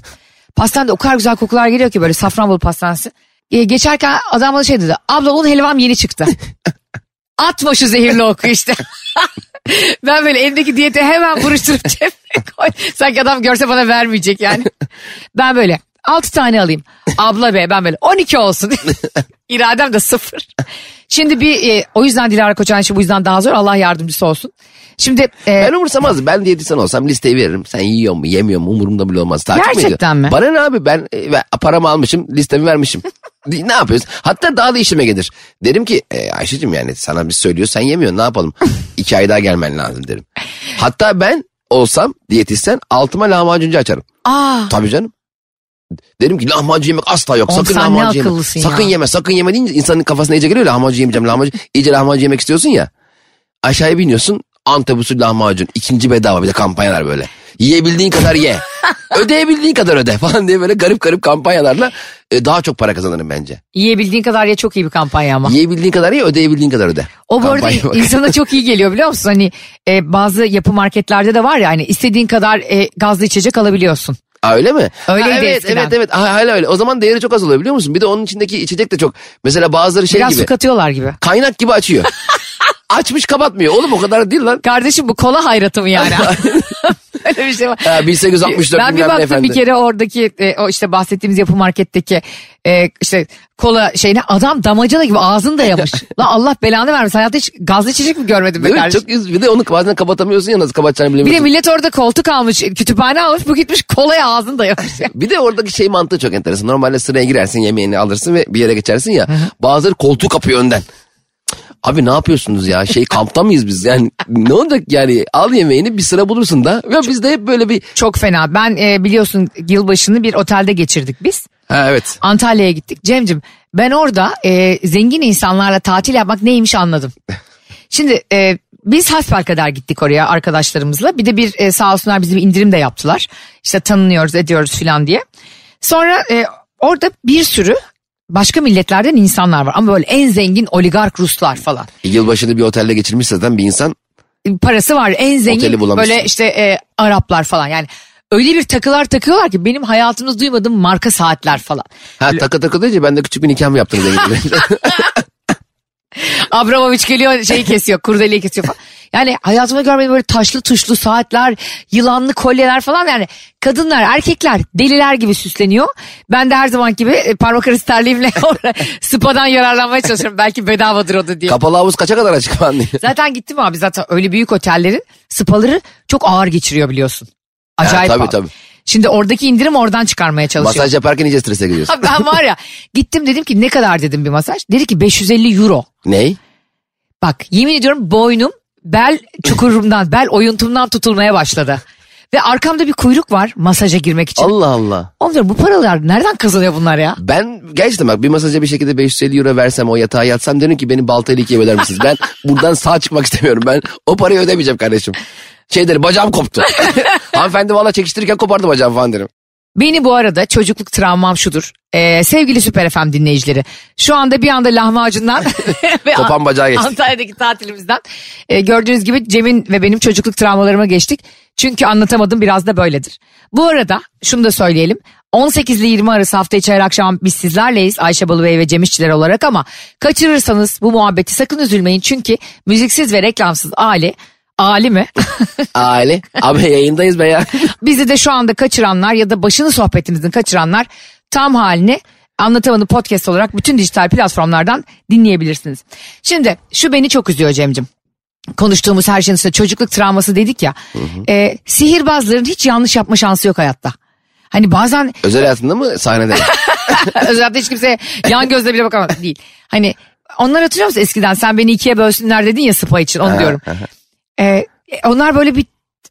[SPEAKER 2] Pastanede o kadar güzel kokular geliyor ki böyle safranbolu pastanesi. Ee, geçerken adam bana şey dedi abla onun helvam yeni çıktı. Atma şu zehirli oku
[SPEAKER 3] (laughs)
[SPEAKER 2] işte. ben böyle elimdeki diyeti hemen
[SPEAKER 3] (laughs)
[SPEAKER 2] buruşturup cebime koy. Sanki adam görse bana vermeyecek yani. Ben böyle 6 tane alayım. Abla be ben böyle 12
[SPEAKER 3] (laughs)
[SPEAKER 2] olsun. İradem de sıfır. Şimdi bir e, o yüzden Dilara Koçan işi bu yüzden daha zor. Allah yardımcısı olsun. Şimdi e,
[SPEAKER 3] Ben umursamazdım. Ben diyetisyen olsam listeyi veririm. Sen yiyor mu yemiyor mu umurumda bile olmaz. Takip mi ediyor?
[SPEAKER 2] Gerçekten mi?
[SPEAKER 3] Bana ne abi ben e, ben paramı almışım
[SPEAKER 2] (laughs)
[SPEAKER 3] listemi vermişim. ne yapıyoruz? Hatta daha da işime gelir. Derim ki e, Ayşe'cim yani sana bir söylüyor sen yemiyorsun
[SPEAKER 2] (laughs)
[SPEAKER 3] ne yapalım? İki ay daha gelmen lazım derim. Hatta ben olsam diyetisyen altıma lahmacuncu açarım.
[SPEAKER 2] aa,
[SPEAKER 3] Tabii canım. Derim ki lahmacun yemek asla yok.
[SPEAKER 2] Oğlum
[SPEAKER 3] sakın
[SPEAKER 2] sen ne
[SPEAKER 3] lahmacun yeme.
[SPEAKER 2] akıllısın
[SPEAKER 3] Sakın
[SPEAKER 2] ya.
[SPEAKER 3] yeme, sakın yeme deyince insanın kafasına iyice geliyor lahmacun yemeyeceğim lahmacun. İyice lahmacun yemek istiyorsun ya. Aşağıya biniyorsun Antep usulü lahmacun. ikinci bedava bir de kampanyalar böyle. Yiyebildiğin
[SPEAKER 2] (laughs)
[SPEAKER 3] kadar ye. Ödeyebildiğin kadar öde falan diye böyle garip garip kampanyalarla e, daha çok para kazanırım bence.
[SPEAKER 2] yiyebildiğin kadar ya çok iyi bir kampanya ama.
[SPEAKER 3] Yiyebildiğin kadar ye, ödeyebildiğin kadar öde.
[SPEAKER 2] O bu arada
[SPEAKER 3] Kampanya bak.
[SPEAKER 2] insana çok iyi geliyor biliyor musun? Hani e, bazı yapı marketlerde de var ya hani istediğin kadar e, gazlı içecek alabiliyorsun.
[SPEAKER 3] Aa, öyle mi?
[SPEAKER 2] Öyleydi
[SPEAKER 3] Ha, evet,
[SPEAKER 2] eskiden.
[SPEAKER 3] evet evet Ha, hala öyle. O zaman değeri çok az oluyor biliyor musun? Bir de onun içindeki içecek de çok. Mesela bazıları şey
[SPEAKER 2] Biraz
[SPEAKER 3] gibi.
[SPEAKER 2] su katıyorlar gibi.
[SPEAKER 3] kaynak gibi
[SPEAKER 2] (laughs)
[SPEAKER 3] açıyor. Açmış kapatmıyor. Oğlum o kadar değil lan.
[SPEAKER 2] Kardeşim bu kola hayratı mı
[SPEAKER 3] (laughs)
[SPEAKER 2] yani? Öyle bir şey var.
[SPEAKER 3] Ha, 1864
[SPEAKER 2] ben bir
[SPEAKER 3] bilmem ne
[SPEAKER 2] baktım
[SPEAKER 3] efendi.
[SPEAKER 2] bir kere oradaki e, o işte bahsettiğimiz yapı marketteki e, işte kola şeyine adam damacana gibi ağzını
[SPEAKER 3] (laughs)
[SPEAKER 2] dayamış. Lan Allah belanı vermesin hayatta hiç gazlı içecek mi görmedim be
[SPEAKER 3] Değil mi?
[SPEAKER 2] kardeşim?
[SPEAKER 3] Çok yüz- bir de onu bazen kapatamıyorsun ya nasıl kapatacağını
[SPEAKER 2] Bir de
[SPEAKER 3] bilemiyorsun.
[SPEAKER 2] millet orada koltuk almış, kütüphane almış, bu gitmiş kolaya ağzını
[SPEAKER 3] (laughs)
[SPEAKER 2] dayamış.
[SPEAKER 3] Bir de oradaki şey mantığı çok enteresan. Normalde sıraya girersin yemeğini alırsın ve bir yere geçersin ya. Bazıları koltuğu kapıyor önden. Cık, Abi ne yapıyorsunuz ya? Şey kampta mıyız biz? Yani ne olacak yani? Al yemeğini bir sıra bulursun da. Ve biz de hep böyle bir...
[SPEAKER 2] Çok fena. Ben e, biliyorsun yılbaşını bir otelde geçirdik biz.
[SPEAKER 3] Ha evet.
[SPEAKER 2] Antalya'ya gittik. Cemcim ben orada e, zengin insanlarla tatil yapmak neymiş anladım. Şimdi e, biz hasbelkader gittik oraya arkadaşlarımızla. Bir de bir e, sağ olsunlar bize bir indirim de yaptılar. İşte tanınıyoruz ediyoruz filan diye. Sonra e, orada bir sürü başka milletlerden insanlar var. Ama böyle en zengin oligark Ruslar falan. E,
[SPEAKER 3] Yılbaşını bir otelde geçirmiş zaten bir insan.
[SPEAKER 2] Parası var en
[SPEAKER 3] Oteli
[SPEAKER 2] zengin
[SPEAKER 3] bulamışsın.
[SPEAKER 2] böyle işte e, Araplar falan yani. Öyle bir takılar takıyorlar ki benim hayatımda duymadığım marka saatler falan.
[SPEAKER 3] Ha takı takı deyince ben de küçük bir nikah mı yaptım? (laughs)
[SPEAKER 2] Abramovich geliyor şeyi kesiyor kurdeleyi kesiyor falan. Yani hayatımda görmediğim böyle taşlı tuşlu saatler, yılanlı kolyeler falan yani kadınlar, erkekler deliler gibi süsleniyor. Ben de her zaman gibi e, parmak arası terliğimle (laughs) orada spadan yararlanmaya çalışıyorum. Belki bedavadır o da diye.
[SPEAKER 3] Kapalı havuz kaça kadar açık falan diye.
[SPEAKER 2] zaten gittim abi zaten öyle büyük otellerin spaları çok ağır geçiriyor biliyorsun. Acayip
[SPEAKER 3] tabii,
[SPEAKER 2] ağır.
[SPEAKER 3] tabii.
[SPEAKER 2] Şimdi oradaki indirim oradan çıkarmaya çalışıyor.
[SPEAKER 3] Masaj yaparken iyice strese giriyorsun.
[SPEAKER 2] Ha, ben var ya gittim dedim ki ne kadar dedim bir masaj. Dedi ki 550 euro.
[SPEAKER 3] Ney?
[SPEAKER 2] Bak yemin ediyorum boynum bel çukurumdan, bel oyuntumdan tutulmaya başladı. Ve arkamda bir kuyruk var masaja girmek için.
[SPEAKER 3] Allah Allah.
[SPEAKER 2] Oğlum diyorum bu paralar nereden kazanıyor bunlar ya?
[SPEAKER 3] Ben gerçekten bak bir masaja bir şekilde 550 euro versem o yatağa yatsam derim ki beni baltayla ikiye böler misiniz? Ben buradan sağ çıkmak istemiyorum. Ben o parayı ödemeyeceğim kardeşim. Şey derim bacağım koptu. Hanımefendi valla çekiştirirken kopardı bacağım falan derim.
[SPEAKER 2] Beni bu arada çocukluk travmam şudur. Ee, sevgili Süper FM dinleyicileri. Şu anda bir anda lahmacundan (laughs) ve
[SPEAKER 3] Kopan
[SPEAKER 2] An-
[SPEAKER 3] bacağı geçti.
[SPEAKER 2] Antalya'daki tatilimizden. Ee, gördüğünüz gibi Cem'in ve benim çocukluk travmalarıma geçtik. Çünkü anlatamadım biraz da böyledir. Bu arada şunu da söyleyelim. 18 ile 20 arası hafta içi her akşam biz sizlerleyiz Ayşe Balıbey ve Cem İşçiler olarak ama kaçırırsanız bu muhabbeti sakın üzülmeyin çünkü müziksiz ve reklamsız aile, Ali mi? (laughs)
[SPEAKER 3] Aile. Abi yayındayız be ya.
[SPEAKER 2] Bizi de şu anda kaçıranlar ya da başını sohbetimizin kaçıranlar tam halini Anlatamadım podcast olarak bütün dijital platformlardan dinleyebilirsiniz. Şimdi şu beni çok üzüyor Cem'cim. Konuştuğumuz her şeyin üstüne çocukluk travması dedik ya. Ee, sihirbazların hiç yanlış yapma şansı yok hayatta. Hani bazen
[SPEAKER 3] Özel hayatında mı sahnede? mi?
[SPEAKER 2] özellikle hiç kimse yan gözle bile bakamaz değil. Hani Onlar hatırlıyor musun eskiden? Sen beni ikiye bölsünler dedin ya spa için onu diyorum. Ee, onlar böyle bir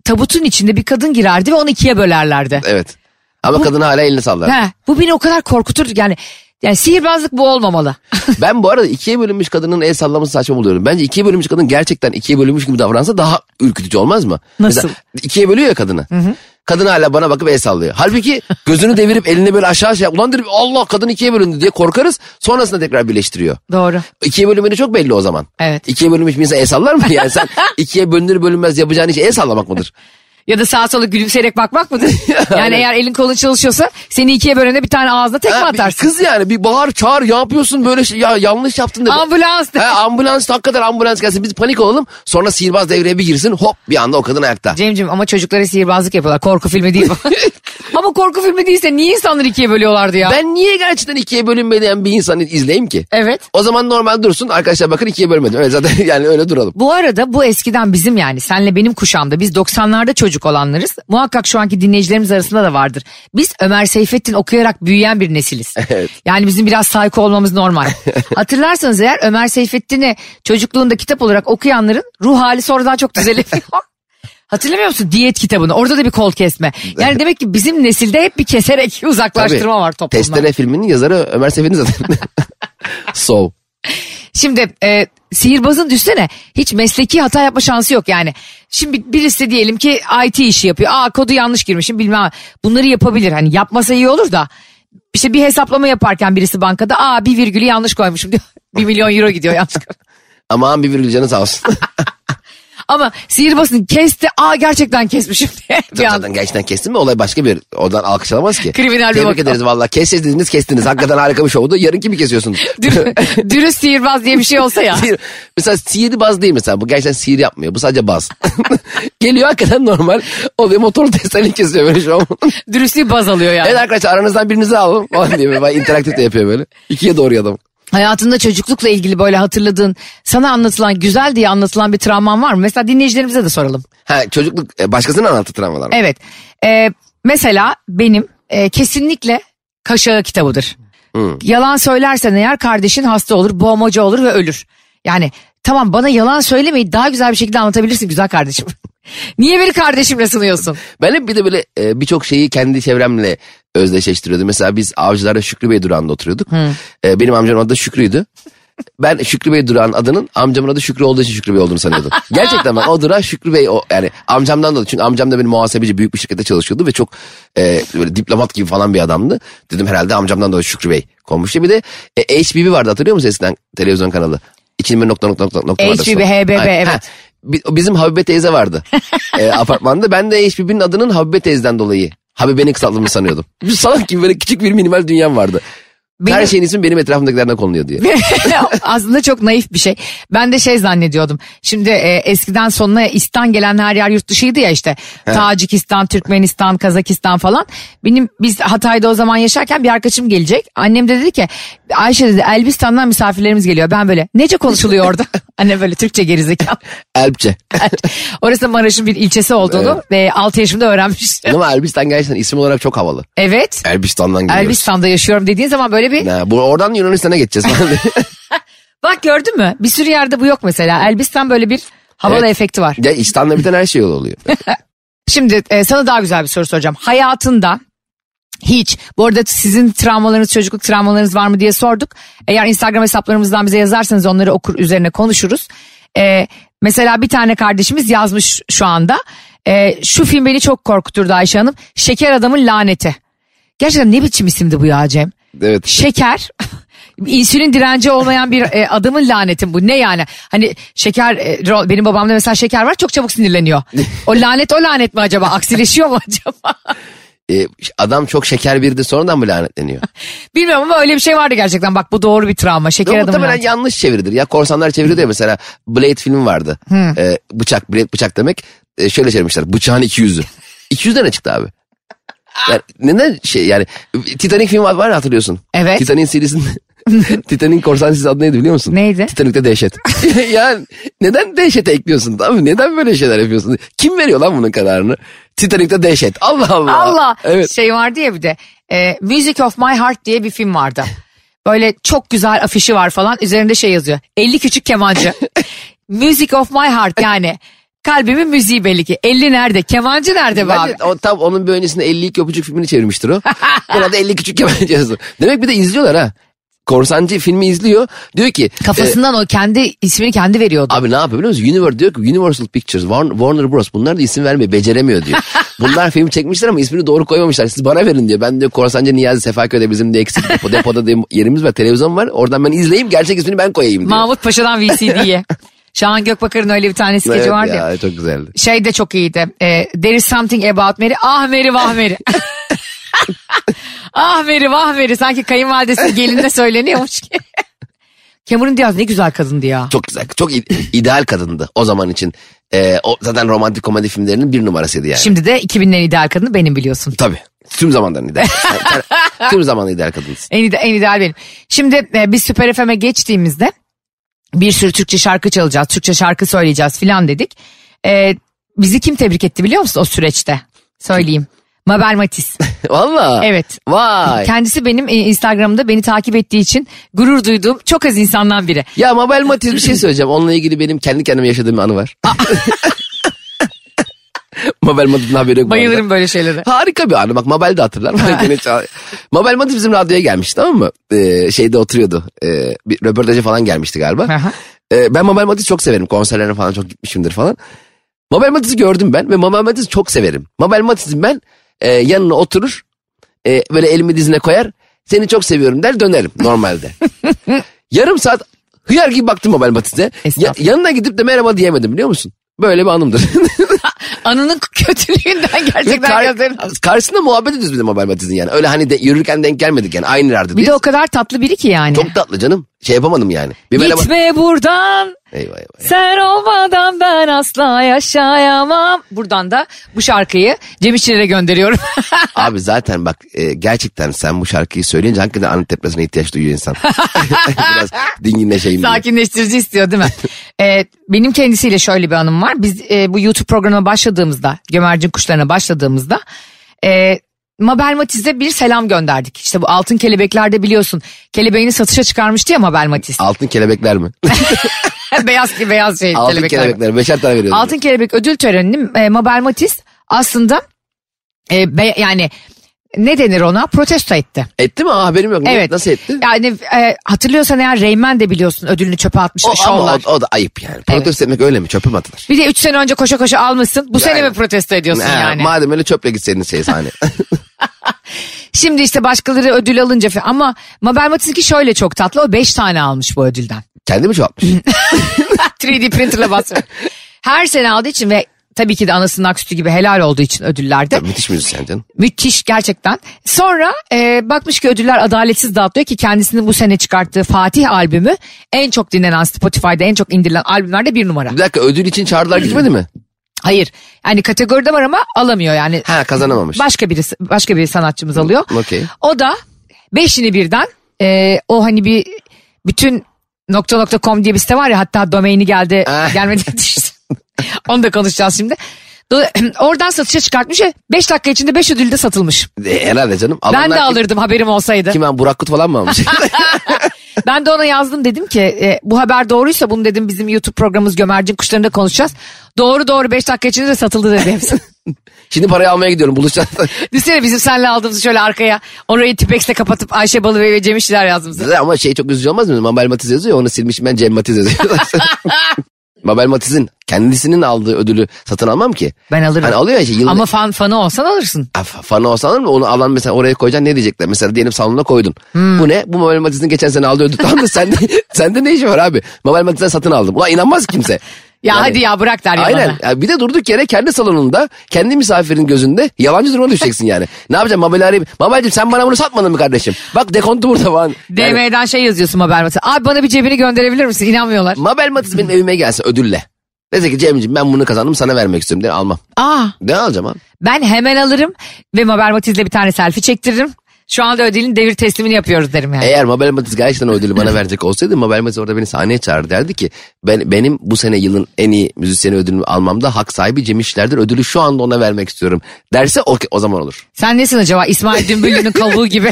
[SPEAKER 2] tabutun içinde bir kadın girerdi ve onu ikiye bölerlerdi.
[SPEAKER 3] Evet. Ama kadın hala elini sallar.
[SPEAKER 2] He, bu beni o kadar korkuturdu ki yani. Yani sihirbazlık bu
[SPEAKER 3] (laughs)
[SPEAKER 2] olmamalı.
[SPEAKER 3] Ben bu arada ikiye bölünmüş kadının el sallaması saçma buluyorum. Bence ikiye bölünmüş kadın gerçekten ikiye bölünmüş gibi davransa daha ürkütücü olmaz mı?
[SPEAKER 2] Nasıl?
[SPEAKER 3] Mesela ikiye bölüyor ya kadını. Kadın hala bana bakıp el sallıyor. Halbuki gözünü devirip elini böyle aşağı aşağı ulan derim Allah kadın ikiye bölündü diye korkarız. Sonrasında tekrar birleştiriyor.
[SPEAKER 2] Doğru.
[SPEAKER 3] İkiye bölünmeni çok belli o zaman.
[SPEAKER 2] Evet.
[SPEAKER 3] İkiye bölünmüş bir insan el sallar mı? Yani sen ikiye bölünür bölünmez yapacağın iş el sallamak mıdır?
[SPEAKER 2] Ya da sağa sola gülümseyerek bakmak
[SPEAKER 3] (laughs)
[SPEAKER 2] mıdır? yani eğer elin kolun çalışıyorsa seni ikiye bölene bir tane ağzına tekme
[SPEAKER 3] Ha, bir
[SPEAKER 2] atarsın.
[SPEAKER 3] Kız yani bir bağır çağır ya yapıyorsun böyle şey, ya yanlış yaptın de.
[SPEAKER 2] Ambulans de. (laughs)
[SPEAKER 3] Ha, ambulans hakikaten ambulans gelsin biz panik olalım sonra sihirbaz devreye bir girsin hop bir anda o kadın ayakta.
[SPEAKER 2] Cemcim ama çocuklara sihirbazlık yapıyorlar. Korku filmi değil
[SPEAKER 3] (laughs)
[SPEAKER 2] bu. ama korku filmi değilse niye insanları ikiye bölüyorlardı ya?
[SPEAKER 3] Ben niye gerçekten ikiye bölünmeden bir insanı izleyeyim ki?
[SPEAKER 2] Evet.
[SPEAKER 3] O zaman normal dursun arkadaşlar bakın ikiye bölmedim. Öyle zaten (laughs) yani öyle duralım.
[SPEAKER 2] Bu arada bu eskiden bizim yani senle benim kuşağımda biz 90'larda çocuk olanlarız. Muhakkak şu anki dinleyicilerimiz arasında da vardır. Biz Ömer Seyfettin okuyarak büyüyen bir nesiliz.
[SPEAKER 3] Evet.
[SPEAKER 2] Yani bizim biraz sayko olmamız normal. Hatırlarsanız eğer Ömer Seyfettin'i çocukluğunda kitap olarak okuyanların ruh hali sonradan çok düzeliyor. Hatırlamıyor musun diyet kitabını? Orada da bir kol kesme. Yani demek ki bizim nesilde hep bir keserek uzaklaştırma var toplumdan.
[SPEAKER 3] Testere filminin yazarı Ömer Seyfettin zaten. (laughs) so.
[SPEAKER 2] Şimdi e, sihirbazın düşsene hiç mesleki hata yapma şansı yok yani. Şimdi birisi diyelim ki IT işi yapıyor. Aa kodu yanlış girmişim bilmem. Bunları yapabilir hani yapmasa iyi olur da. İşte bir hesaplama yaparken birisi bankada aa bir virgülü yanlış koymuşum diyor. (laughs) bir milyon euro gidiyor yanlış.
[SPEAKER 3] Aman bir virgül canı sağ olsun.
[SPEAKER 2] (laughs) Ama sihirbazın kesti aa gerçekten kesmişim (laughs) diye. bir an-
[SPEAKER 3] zaten gerçekten kestin mi olay başka bir. Oradan alkışlanamaz ki.
[SPEAKER 2] Kriminal bir
[SPEAKER 3] Tebrik
[SPEAKER 2] vaka.
[SPEAKER 3] ederiz valla. Kestiniz dediniz kestiniz. Hakikaten harika bir şovdu. Yarın
[SPEAKER 2] (laughs)
[SPEAKER 3] kimi kesiyorsunuz?
[SPEAKER 2] Dürü- dürüst sihirbaz diye bir şey olsa
[SPEAKER 3] (laughs)
[SPEAKER 2] ya.
[SPEAKER 3] Sihir, mesela sihirbaz değil mesela. Bu gerçekten sihir yapmıyor. Bu sadece baz. (laughs) Geliyor hakikaten normal. Oluyor motoru testlerini kesiyor böyle şu an. (laughs)
[SPEAKER 2] Dürüstlüğü baz alıyor yani.
[SPEAKER 3] evet arkadaşlar aranızdan birinizi alalım falan diye böyle interaktif de yapıyor böyle. İkiye doğru adam.
[SPEAKER 2] Hayatında çocuklukla ilgili böyle hatırladığın, sana anlatılan, güzel diye anlatılan bir travman var mı? Mesela dinleyicilerimize de soralım.
[SPEAKER 3] Ha çocukluk e, başkasının anlattığı travmalar mı?
[SPEAKER 2] Evet. Ee, mesela benim e, kesinlikle kaşağı kitabıdır. Yalan söylersen eğer kardeşin hasta olur, boğmaca olur ve ölür. Yani tamam bana yalan söylemeyi daha güzel bir şekilde anlatabilirsin güzel kardeşim. (laughs) Niye beni kardeşimle sınıyorsun?
[SPEAKER 3] Ben hep bir de böyle e, birçok şeyi kendi çevremle özdeşleştiriyordum. Mesela biz avcılarda Şükrü Bey durağında oturuyorduk. E, benim amcamın adı da Şükrü'ydü. Ben Şükrü Bey durağın adının amcamın adı Şükrü olduğu için Şükrü Bey
[SPEAKER 2] (laughs)
[SPEAKER 3] olduğunu sanıyordum. Gerçekten ben o durağa Şükrü Bey o, yani amcamdan dolayı. Çünkü amcam da benim muhasebeci büyük bir şirkette çalışıyordu ve çok e, böyle diplomat gibi falan bir adamdı. Dedim herhalde amcamdan dolayı Şükrü Bey konmuştu. Bir de e, HBB vardı hatırlıyor musun eskiden televizyon kanalı? İçinde bir nokta nokta nokta nokta vardı.
[SPEAKER 2] HBB, HBB,
[SPEAKER 3] Aynen.
[SPEAKER 2] evet.
[SPEAKER 3] Ha, Bi- Bizim Habibe
[SPEAKER 2] (laughs)
[SPEAKER 3] teyze vardı e, apartmanda. Ben de HBB'nin adının Habibe teyzeden dolayı Habibe'nin kısaltılmış sanıyordum. (laughs) Bir salak gibi böyle küçük bir minimal dünyam vardı.
[SPEAKER 2] Benim-
[SPEAKER 3] Her şeyin ismi benim etrafımdakilerden konuluyor diye.
[SPEAKER 2] (laughs) Aslında çok naif bir şey. Ben de şey zannediyordum. Şimdi e, eskiden sonuna İstan gelen her yer yurt dışıydı ya işte. Tacikistan, Türkmenistan, Kazakistan falan. Benim biz Hatay'da o zaman yaşarken bir arkadaşım gelecek. Annem de dedi ki Ayşe dedi Elbistan'dan misafirlerimiz geliyor. Ben böyle nece konuşuluyor orada? (laughs) Anne böyle Türkçe gerizekalı. (laughs)
[SPEAKER 3] Elpçe.
[SPEAKER 2] Orası Maraş'ın bir ilçesi olduğunu ve 6 yaşımda öğrenmiştim.
[SPEAKER 3] Ama Elbistan gerçekten isim olarak çok havalı.
[SPEAKER 2] Evet.
[SPEAKER 3] Elbistan'dan geliyoruz.
[SPEAKER 2] Elbistan'da yaşıyorum dediğin zaman böyle bir
[SPEAKER 3] Ha, bu, oradan Yunanistan'a geçeceğiz. (laughs) falan diye.
[SPEAKER 2] bak gördün mü? Bir sürü yerde bu yok mesela. Elbistan böyle bir havalı
[SPEAKER 3] Evet.
[SPEAKER 2] efekti var.
[SPEAKER 3] ya İstan'la biten her şey yol oluyor.
[SPEAKER 2] Şimdi e, sana daha güzel bir soru soracağım. Hayatında hiç bu arada sizin travmalarınız çocukluk travmalarınız var mı diye sorduk. Eğer Instagram hesaplarımızdan bize yazarsanız onları okur üzerine konuşuruz. E, mesela bir tane kardeşimiz yazmış şu anda. E, şu film beni çok korkuturdu Ayşe Hanım. Şeker Adamın Laneti. Gerçekten ne biçim isimdi bu ya Cem?
[SPEAKER 3] Evet.
[SPEAKER 2] şeker (laughs) insülin direnci olmayan bir e, adamın lanetin bu ne yani hani şeker e, ro- benim babamda mesela şeker var çok çabuk
[SPEAKER 3] (laughs)
[SPEAKER 2] sinirleniyor o lanet o lanet mi acaba aksileşiyor mu (laughs) acaba
[SPEAKER 3] E, adam çok şeker birdi sonradan mı lanetleniyor?
[SPEAKER 2] bilmiyorum ama öyle bir şey vardı gerçekten bak bu doğru bir travma şeker Hmm.
[SPEAKER 3] Yok,
[SPEAKER 2] adamın
[SPEAKER 3] muhtemelen
[SPEAKER 2] laneti.
[SPEAKER 3] yanlış çeviridir. Ya korsanlar çeviriyor ya mesela Blade filmi vardı.
[SPEAKER 2] Hmm.
[SPEAKER 3] Ee, bıçak, Blade bıçak demek. Ee, şöyle çevirmişler. Bıçağın iki yüzü. İki yüzden ne
[SPEAKER 2] (laughs)
[SPEAKER 3] çıktı abi? Yani neden şey yani Titanic filmi var ya hatırlıyorsun.
[SPEAKER 2] Evet.
[SPEAKER 3] Titanic'in serisinde. (laughs) Titanic'in korsan serisi adı neydi biliyor musun?
[SPEAKER 2] Neydi?
[SPEAKER 3] Titanic'te dehşet. (laughs) yani neden dehşete ekliyorsun tamam mı? Neden böyle şeyler yapıyorsun? Kim veriyor lan bunun kararını? Titanic'te dehşet. Allah Allah.
[SPEAKER 2] Allah
[SPEAKER 3] Evet. (laughs)
[SPEAKER 2] şey vardı ya bir de e, Music of My Heart diye bir film vardı Böyle çok güzel afişi var falan. Üzerinde şey yazıyor. 50 küçük
[SPEAKER 3] (laughs)
[SPEAKER 2] kemancı. Music of my heart yani. Kalbimin müziği belli ki. 50 nerede? Kemancı nerede be abi?
[SPEAKER 3] Bence o, tam onun bir öncesinde 52 öpücük filmini
[SPEAKER 2] (laughs)
[SPEAKER 3] çevirmiştir o. Burada 50 küçük yabancı yazdı. Demek bir de izliyorlar ha. Korsancı filmi izliyor. Diyor ki e,
[SPEAKER 2] Kafasından o kendi ismini kendi veriyordu.
[SPEAKER 3] Abi ne yapıyor biliyor musun? Univer- diyor ki Universal Pictures, Warner, Warner Bros. Bunlar da isim vermiyor, beceremiyor
[SPEAKER 2] (laughs)
[SPEAKER 3] diyor. Bunlar film çekmişler ama ismini doğru koymamışlar. Siz bana verin diyor. Ben diyor Korsancı Niyazi Sefaköy'de bizim de eksik depo, (laughs) depoda diye yerimiz var, televizyon var. Oradan ben izleyeyim, gerçek ismini ben koyayım diyor.
[SPEAKER 2] Mahmut Paşa'dan
[SPEAKER 3] (laughs)
[SPEAKER 2] VCD'ye. Şahan Gökbakar'ın öyle bir tane skeci
[SPEAKER 3] Evet
[SPEAKER 2] vardı ya.
[SPEAKER 3] ya, çok güzeldi.
[SPEAKER 2] Şey de çok iyiydi. E, There is something about Mary. Ah Mary vah
[SPEAKER 3] (laughs)
[SPEAKER 2] Mary. ah Mary vah Mary. Sanki kayınvalidesinin gelinine söyleniyormuş
[SPEAKER 3] (laughs)
[SPEAKER 2] ki. Cameron Diaz ne güzel kadındı ya.
[SPEAKER 3] Çok güzel, çok i- ideal kadındı o zaman için. E, o zaten romantik komedi filmlerinin bir numarasıydı yani.
[SPEAKER 2] Şimdi de 2000'lerin ideal kadını benim biliyorsun.
[SPEAKER 3] Tabii. Tüm zamanların ideal. Sen- sen tüm zamanın
[SPEAKER 2] (laughs)
[SPEAKER 3] ideal kadınsın.
[SPEAKER 2] En, ide- en ideal benim. Şimdi e, biz Süper FM'e geçtiğimizde bir sürü Türkçe şarkı çalacağız, Türkçe şarkı söyleyeceğiz filan dedik. E, bizi kim tebrik etti biliyor musun o süreçte? Söyleyeyim. Mabel
[SPEAKER 3] (laughs)
[SPEAKER 2] Matiz.
[SPEAKER 3] Valla.
[SPEAKER 2] Evet.
[SPEAKER 3] Vay.
[SPEAKER 2] Kendisi benim e, Instagram'da beni takip ettiği için gurur duyduğum çok az insandan biri.
[SPEAKER 3] Ya Mabel Matiz bir şey söyleyeceğim. Onunla ilgili benim kendi kendime yaşadığım bir anı var. (laughs) Mabel Matiz'in haberi yok. bu arada.
[SPEAKER 2] Bayılırım böyle şeylere.
[SPEAKER 3] Harika bir anı. Bak Mabel de hatırlar. Gene çağır- Mabel Matiz bizim radyoya gelmiş tamam mı? Ee, şeyde oturuyordu. Ee, bir röportaja falan gelmişti galiba.
[SPEAKER 2] Aha.
[SPEAKER 3] Ee, ben Mabel Matiz'i çok severim. Konserlerine falan çok gitmişimdir falan. Mabel Matiz'i gördüm ben ve Mabel Matiz'i çok severim. Mabel Matiz'in ben e, yanına oturur. e, böyle elimi dizine koyar. Seni çok seviyorum der dönerim
[SPEAKER 2] (laughs)
[SPEAKER 3] normalde. Yarım saat hıyar gibi baktım Mabel Matiz'e. Ya,
[SPEAKER 2] Estağfurullah.
[SPEAKER 3] yanına gidip de merhaba diyemedim biliyor musun? Böyle bir anımdır. (laughs)
[SPEAKER 2] Anının (laughs) kötülüğünden
[SPEAKER 3] Ve
[SPEAKER 2] gerçekten
[SPEAKER 3] kar-
[SPEAKER 2] yazarım.
[SPEAKER 3] karşısında muhabbet ediyoruz bir de Mabel Matiz'in yani. Öyle hani de, yürürken denk gelmedik yani. Aynı yerde
[SPEAKER 2] Bir
[SPEAKER 3] değil.
[SPEAKER 2] de o kadar tatlı biri ki yani.
[SPEAKER 3] Çok tatlı canım. Şey yapamadım yani. Bir merhaba.
[SPEAKER 2] Gitme buradan
[SPEAKER 3] Eyvah eyvah.
[SPEAKER 2] Sen olmadan ben asla yaşayamam. Buradan da bu şarkıyı Cem İşçilere gönderiyorum. (laughs)
[SPEAKER 3] Abi zaten bak e, gerçekten sen bu şarkıyı söyleyince hakikaten anı depresyona ihtiyaç duyuyor insan.
[SPEAKER 2] (laughs)
[SPEAKER 3] (laughs) Biraz dinginleşeyim diye.
[SPEAKER 2] Sakinleştirici istiyor değil mi? Ee, benim kendisiyle şöyle bir anım var. Biz e, bu YouTube programına başladığımızda, Gömercin Kuşlarına başladığımızda... E, Mabel Matiz'e bir selam gönderdik. İşte bu altın kelebeklerde biliyorsun kelebeğini satışa çıkarmıştı ya Mabel Matiz.
[SPEAKER 3] Altın kelebekler mi?
[SPEAKER 2] (laughs) beyaz beyaz şey
[SPEAKER 3] Altın kelebekler.
[SPEAKER 2] kelebekler.
[SPEAKER 3] Beşer tane veriyorum.
[SPEAKER 2] Altın Kelebek ödül töreninin e, Mabel Matiz aslında e, be- yani ne denir ona protesto etti.
[SPEAKER 3] Etti mi? Aa, haberim yok. Ne-
[SPEAKER 2] Evet.
[SPEAKER 3] Nasıl etti?
[SPEAKER 2] Yani e, hatırlıyorsan eğer Reymen de biliyorsun ödülünü çöpe atmıştı
[SPEAKER 3] o, ama
[SPEAKER 2] şovlar.
[SPEAKER 3] o, o da ayıp yani. Protesto etmek öyle mi? Çöpe mi atılır?
[SPEAKER 2] Bir de 3 sene önce koşa koşa almışsın bu sene
[SPEAKER 3] Yani.
[SPEAKER 2] mi protesto ediyorsun
[SPEAKER 3] Ha,
[SPEAKER 2] yani?
[SPEAKER 3] Madem öyle çöple gitseydin
[SPEAKER 2] (laughs)
[SPEAKER 3] şey sahne.
[SPEAKER 2] Şimdi işte başkaları ödül alınca falan. ama Mabel Matiz'inki şöyle çok tatlı o 5 tane almış bu ödülden. (laughs)
[SPEAKER 3] Kendi mi çoğaltmış?
[SPEAKER 2] 3D printerla
[SPEAKER 3] (laughs)
[SPEAKER 2] basıyor. Her sene aldığı için ve tabii ki de anasının ak sütü gibi helal olduğu için ödüllerde.
[SPEAKER 3] Müthiş müzisyen canım.
[SPEAKER 2] Müthiş gerçekten. Sonra e, bakmış ki ödüller adaletsiz dağıtılıyor ki kendisinin bu sene çıkarttığı Fatih albümü en çok dinlenen Spotify'da en çok indirilen albümlerde bir numara.
[SPEAKER 3] Bir dakika ödül için çağrılar
[SPEAKER 2] (laughs)
[SPEAKER 3] gitmedi mi?
[SPEAKER 2] Hayır yani kategoride var ama alamıyor yani.
[SPEAKER 3] Ha kazanamamış.
[SPEAKER 2] Başka birisi başka bir sanatçımız alıyor.
[SPEAKER 3] Okey.
[SPEAKER 2] O da beşini birden e, o hani bir bütün nokta nokta com diye bir site var ya hatta domaini geldi
[SPEAKER 3] Ah.
[SPEAKER 2] (laughs) gelmedi düştü. Onu da konuşacağız şimdi. Do- (clears throat) Oradan satışa çıkartmış ve 5 dakika içinde 5 ödülde satılmış.
[SPEAKER 3] E, herhalde canım.
[SPEAKER 2] Ben
[SPEAKER 3] Alanlar
[SPEAKER 2] de
[SPEAKER 3] kim-
[SPEAKER 2] alırdım haberim olsaydı.
[SPEAKER 3] Kim ben Burak Kut falan
[SPEAKER 2] (laughs)
[SPEAKER 3] mı almış?
[SPEAKER 2] Ben de ona yazdım dedim ki e, bu haber doğruysa bunu dedim bizim YouTube programımız Gömercin Kuşları'nda konuşacağız. Doğru doğru 5 dakika içinde de satıldı dedi
[SPEAKER 3] (laughs)
[SPEAKER 2] hepsi.
[SPEAKER 3] Şimdi parayı almaya gidiyorum buluşacağız.
[SPEAKER 2] (laughs) Düşünsene bizim seninle aldığımızı şöyle arkaya orayı tipexle kapatıp Ayşe Balıbey ve Cem İşçiler yazmışız.
[SPEAKER 3] Ama şey çok üzücü olmaz mı? Mabel Matiz yazıyor ya, onu silmişim ben Cem
[SPEAKER 2] (laughs)
[SPEAKER 3] Matiz yazıyor. Mabel Matiz'in kendisinin aldığı ödülü satın almam ki.
[SPEAKER 2] Ben alırım.
[SPEAKER 3] Hani alıyor ya işte yılın
[SPEAKER 2] Ama fan fanı olsan alırsın.
[SPEAKER 3] Ha, fa- fanı olsa alır mı? Onu alan mesela oraya koyacaksın ne diyecekler? Mesela diyelim salonuna koydun.
[SPEAKER 2] Hmm.
[SPEAKER 3] Bu ne? Bu Mabel Matiz'in geçen sene aldığı ödül. Tamam da sende, (laughs) sende ne işi var abi? Mabel Matiz'den satın aldım. Ulan inanmaz kimse.
[SPEAKER 2] (laughs) Ya
[SPEAKER 3] Yani-
[SPEAKER 2] hadi ya bırak der
[SPEAKER 3] Aynen.
[SPEAKER 2] Aynen.
[SPEAKER 3] Ya bir de durduk yere kendi salonunda, kendi misafirin gözünde yalancı duruma düşeceksin yani. ne yapacaksın Mabel arayıp, Mabel'cim sen bana bunu satmadın mı kardeşim? Bak dekontu burada falan. Yani
[SPEAKER 2] DM'den şey yazıyorsun haber mesela. Abi bana bir cebini gönderebilir misin? İnanmıyorlar.
[SPEAKER 3] Mabel Matiz benim evime gelse ödülle. Dese ki Cem'ciğim ben bunu kazandım sana vermek istiyorum. Der, almam.
[SPEAKER 2] Aa
[SPEAKER 3] Ne alacağım abi?
[SPEAKER 2] ben hemen alırım ve Mabel Matiz'le bir tane selfie çektiririm. Şu anda ödülün devir teslimini yapıyoruz derim yani.
[SPEAKER 3] Eğer Mabel Matiz gerçekten o ödülü bana verecek olsaydı Mabel Matiz orada beni sahneye çağırdı derdi ki ben, benim bu sene yılın en iyi müzisyeni ödülünü almamda hak sahibi Cem İşçiler'dir. Ödülü şu anda ona vermek istiyorum derse o, o zaman olur.
[SPEAKER 2] (laughs) Sen nesin acaba İsmail Dümbüllü'nün kavuğu gibi?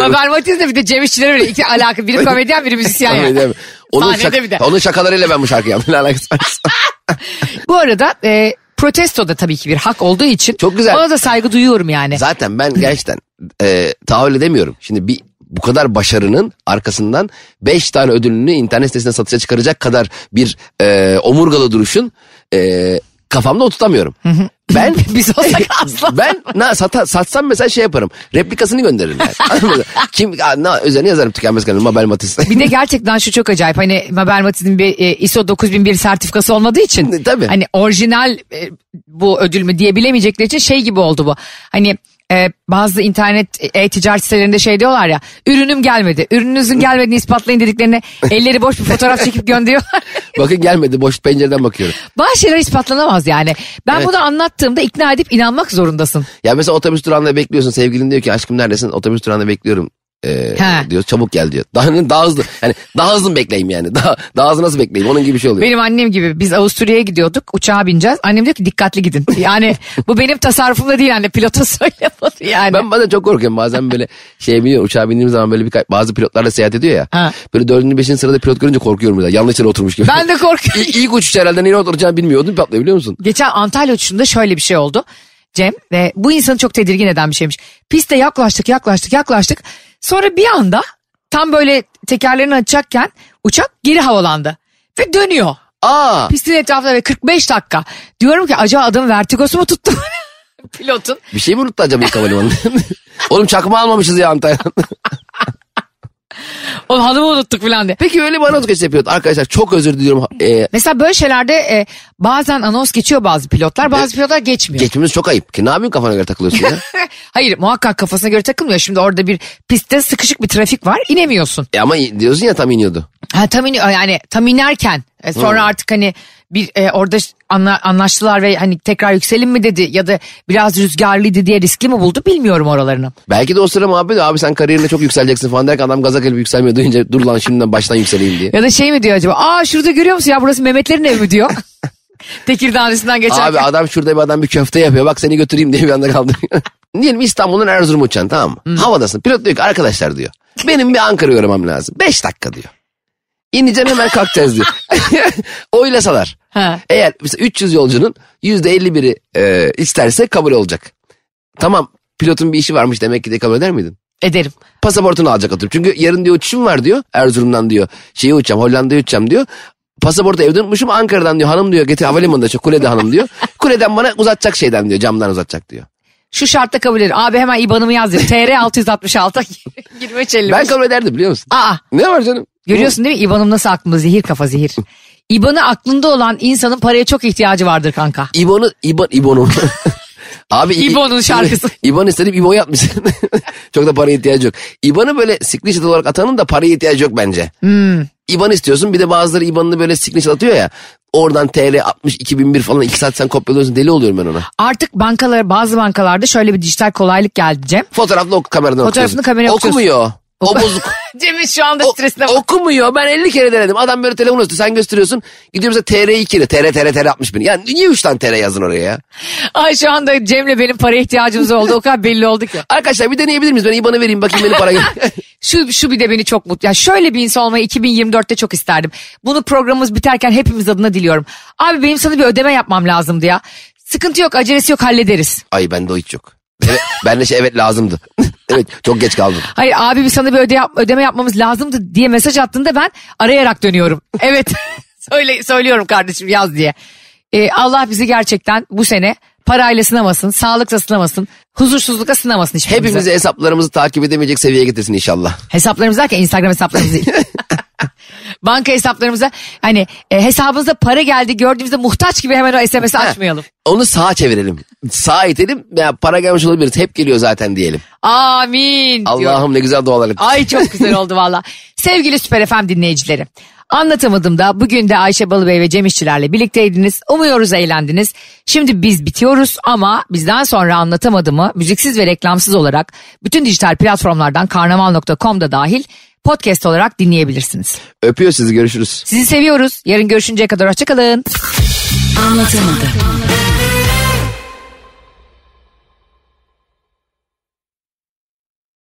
[SPEAKER 2] Habermatizm de bir de Cem İşçiler öyle iki alaka. Biri komedyen biri müzisyen.
[SPEAKER 3] Tamam,
[SPEAKER 2] yani.
[SPEAKER 3] edemem. Onun,
[SPEAKER 2] Sahnede
[SPEAKER 3] şak-
[SPEAKER 2] bir de.
[SPEAKER 3] onun şakalarıyla ben bu şarkıyı yaptım. Ne alakası var?
[SPEAKER 2] Bu arada e, protesto da tabii ki bir hak olduğu için.
[SPEAKER 3] Çok güzel.
[SPEAKER 2] Ona da saygı duyuyorum yani.
[SPEAKER 3] Zaten ben gerçekten e, tahammül edemiyorum. Şimdi bir bu kadar başarının arkasından 5 tane ödülünü internet sitesine satışa çıkaracak kadar bir e, omurgalı duruşun e, kafamda oturtamıyorum. Ben
[SPEAKER 2] (laughs) Biz
[SPEAKER 3] (laughs)
[SPEAKER 2] olsak asla.
[SPEAKER 3] ben na, sata, satsam mesela şey yaparım. Replikasını gönderirim yani. Anladın mı? Kim a, na, üzerine yazarım tükenmez kanalım Mabel Matiz.
[SPEAKER 2] Bir de gerçekten şu çok acayip hani Mabel Matiz'in bir e, ISO 9001 sertifikası olmadığı için.
[SPEAKER 3] E, tabii.
[SPEAKER 2] Hani orijinal e, bu ödül mü diye bilemeyecekleri için şey gibi oldu bu. Hani e, bazı internet e-ticaret sitelerinde şey diyorlar ya ürünüm gelmedi. Ürününüzün gelmediğini ispatlayın dediklerine elleri boş bir fotoğraf çekip gönderiyorlar. (laughs)
[SPEAKER 3] Bakın gelmedi boş pencereden bakıyorum.
[SPEAKER 2] Bazı şeyler ispatlanamaz yani. Ben
[SPEAKER 3] Evet.
[SPEAKER 2] bunu anlattığımda ikna edip inanmak zorundasın.
[SPEAKER 3] Ya mesela otobüs durağında bekliyorsun sevgilin diyor ki aşkım neredesin otobüs durağında bekliyorum. Ee,
[SPEAKER 2] He.
[SPEAKER 3] diyor çabuk gel diyor. Daha, daha hızlı yani daha hızlı mı bekleyeyim yani daha, daha hızlı nasıl bekleyeyim onun gibi bir şey oluyor.
[SPEAKER 2] Benim annem gibi biz Avusturya'ya gidiyorduk uçağa bineceğiz. Annem diyor ki dikkatli gidin. Yani bu benim tasarrufumda değil anne pilota (laughs) söylemedi yani.
[SPEAKER 3] Ben bazen çok korkuyorum bazen böyle şey biliyor uçağa bindiğim zaman böyle birkaç bazı pilotlarla seyahat ediyor ya.
[SPEAKER 2] Ha.
[SPEAKER 3] Böyle dördüncü beşinci sırada pilot görünce korkuyorum böyle yanlış yere oturmuş gibi.
[SPEAKER 2] Ben de korkuyorum.
[SPEAKER 3] (laughs) İ- İlk uçuş herhalde nereye oturacağını bilmiyordum patlıyor biliyor musun?
[SPEAKER 2] Geçen Antalya uçuşunda şöyle bir şey oldu. Cem ve bu insanı çok tedirgin eden bir şeymiş. Piste yaklaştık yaklaştık yaklaştık. Sonra bir anda tam böyle tekerlerini açacakken uçak geri havalandı. Ve dönüyor.
[SPEAKER 3] Aa
[SPEAKER 2] Pistin etrafında ve 45 dakika. Diyorum ki acaba adamın vertigosu mu tuttu? (laughs) Pilotun.
[SPEAKER 3] bir şey mi unuttu acaba ilk havalimanında? (laughs) Oğlum çakma almamışız ya Antalya'dan. (laughs)
[SPEAKER 2] Oğlum hanımı unuttuk falan diye.
[SPEAKER 3] Peki öyle bir anons geçti pilot. Arkadaşlar çok özür diliyorum. Ee,
[SPEAKER 2] Mesela böyle şeylerde e, bazen anons geçiyor bazı pilotlar bazı pilotlar geçmiyor.
[SPEAKER 3] geçmemiz çok ayıp. Ki ne yapayım kafana göre takılıyorsun ya?
[SPEAKER 2] (laughs) Hayır muhakkak kafasına göre takılmıyor. Şimdi orada bir pistte sıkışık bir trafik var inemiyorsun.
[SPEAKER 3] E ama i- diyorsun ya tam iniyordu.
[SPEAKER 2] Ha, tam in- yani tam inerken e, sonra artık hani bir e, orada ş- anla- anlaştılar ve hani tekrar yükselin mi dedi ya da biraz rüzgarlıydı diye riskli mi buldu bilmiyorum oralarını.
[SPEAKER 3] Belki de o sıra muhabbet abi sen kariyerinde çok yükseleceksin falan derken adam gaza gelip yükselmiyor duyunca dur lan şimdiden baştan yükseleyim diye.
[SPEAKER 2] Ya da şey mi diyor acaba aa şurada görüyor musun ya burası Mehmetlerin evi mi diyor. (laughs) Tekirdağ üstünden geçerken.
[SPEAKER 3] Abi adam şurada bir adam bir köfte yapıyor bak seni götüreyim diye bir anda kaldırıyor. (laughs) Diyelim İstanbul'dan Erzurum'a uçacaksın tamam mı? Havadasın pilot diyor ki arkadaşlar diyor. Benim bir Ankara görmem lazım. Beş dakika diyor. İneceğim hemen kalkacağız diyor. (laughs) Oylasalar.
[SPEAKER 2] Ha.
[SPEAKER 3] Eğer mesela 300 yolcunun %51'i e, isterse kabul olacak. Tamam pilotun bir işi varmış demek ki de kabul eder miydin?
[SPEAKER 2] Ederim.
[SPEAKER 3] pasaportunu alacak atıyorum. Çünkü yarın diyor uçuşum var diyor. Erzurum'dan diyor. Şeye uçacağım Hollanda'ya uçacağım diyor. Pasaportu evde unutmuşum Ankara'dan diyor. Hanım diyor getir havalimanında çok kulede hanım (laughs) diyor. Kuleden bana uzatacak şeyden diyor camdan uzatacak diyor.
[SPEAKER 2] Şu şartta kabul ederim. Abi hemen IBAN'ımı yaz diyor. TR (laughs) 666 23 55.
[SPEAKER 3] Ben kabul ederdim biliyor musun?
[SPEAKER 2] Aa
[SPEAKER 3] Ne var canım?
[SPEAKER 2] görüyorsun değil mi İBAN'ım nasıl aklımda zehir kafa zehir. İBAN'ı aklında olan insanın paraya çok ihtiyacı vardır kanka.
[SPEAKER 3] İbon'u, İbon, (laughs) İbon'u. Abi İ-
[SPEAKER 2] İbo'nun
[SPEAKER 3] (laughs)
[SPEAKER 2] şarkısı.
[SPEAKER 3] İbon istedim İbo'yu atmışsın. (laughs) Çok da paraya ihtiyacı yok. İbon'u böyle signature olarak atanın da paraya ihtiyacı yok bence. İban istiyorsun bir de bazıları İban'ını böyle signature atıyor ya. Oradan TL 60 2001 falan 2 saat sen kopyalıyorsun deli oluyorum ben ona.
[SPEAKER 2] Artık bankalar bazı bankalarda şöyle bir dijital kolaylık geldi Cem.
[SPEAKER 3] Fotoğrafını ok kameradan
[SPEAKER 2] Fotoğrafını
[SPEAKER 3] okuyorsun.
[SPEAKER 2] kameraya okuyorsun.
[SPEAKER 3] Okumuyor. O bozuk.
[SPEAKER 2] (laughs) (laughs) Cem'in şu anda
[SPEAKER 3] O-
[SPEAKER 2] stresine bak.
[SPEAKER 3] okumuyor. Ben 50 kere denedim. Adam böyle telefon üstü sen gösteriyorsun. Gidiyor mesela TR 2 ile TR TR TR 60 bin. Ya niye 3 tane TR yazın oraya ya?
[SPEAKER 2] Ay şu anda Cem'le benim paraya ihtiyacımız oldu. O kadar belli oldu ki.
[SPEAKER 3] Arkadaşlar bir deneyebilir miyiz? Ben IBAN'ı vereyim bakayım
[SPEAKER 2] (laughs)
[SPEAKER 3] benim para gel-
[SPEAKER 2] Şu, şu bir de beni çok mutlu. Yani şöyle bir insan olmayı 2024'te çok isterdim. Bunu programımız biterken hepimiz adına diliyorum. Abi benim sana bir ödeme yapmam lazımdı ya. Sıkıntı yok, acelesi yok hallederiz.
[SPEAKER 3] (laughs) Ay bende o hiç yok. Evet, ben de şey evet lazımdı. (laughs) evet çok geç kaldım.
[SPEAKER 2] Hayır abi bir sana bir öde yap- ödeme yapmamız lazımdı diye mesaj attığında ben arayarak dönüyorum. (laughs) Evet Söyle, söylüyorum kardeşim yaz diye. Ee, Allah bizi gerçekten bu sene parayla sınamasın, sağlıkla sınamasın, huzursuzlukla sınamasın hiçbirimizi.
[SPEAKER 3] Hepimizi hesaplarımızı takip edemeyecek seviyeye getirsin inşallah.
[SPEAKER 2] Hesaplarımız derken Instagram hesaplarımız değil. Banka hesaplarımıza hani e, hesabınıza para geldi gördüğümüzde muhtaç gibi hemen o SMS'i açmayalım.
[SPEAKER 3] Onu sağa çevirelim. Sağa itelim. Ya para gelmiş olabiliriz. Hep geliyor zaten diyelim.
[SPEAKER 2] Amin diyorum.
[SPEAKER 3] Allah'ım ne güzel dualar et.
[SPEAKER 2] Ay çok güzel oldu valla. (laughs) Sevgili Süper FM dinleyicileri. Anlatamadım da bugün de Ayşe Balıbey ve Cem İşçilerle birlikteydiniz. Umuyoruz eğlendiniz. Şimdi biz bitiyoruz ama bizden sonra anlatamadımı müziksiz ve reklamsız olarak bütün dijital platformlardan karnaval.com'da dahil podcast olarak dinleyebilirsiniz.
[SPEAKER 3] Öpüyor sizi görüşürüz.
[SPEAKER 2] Sizi seviyoruz. Yarın görüşünceye kadar hoşçakalın.
[SPEAKER 4] Anlatamadım.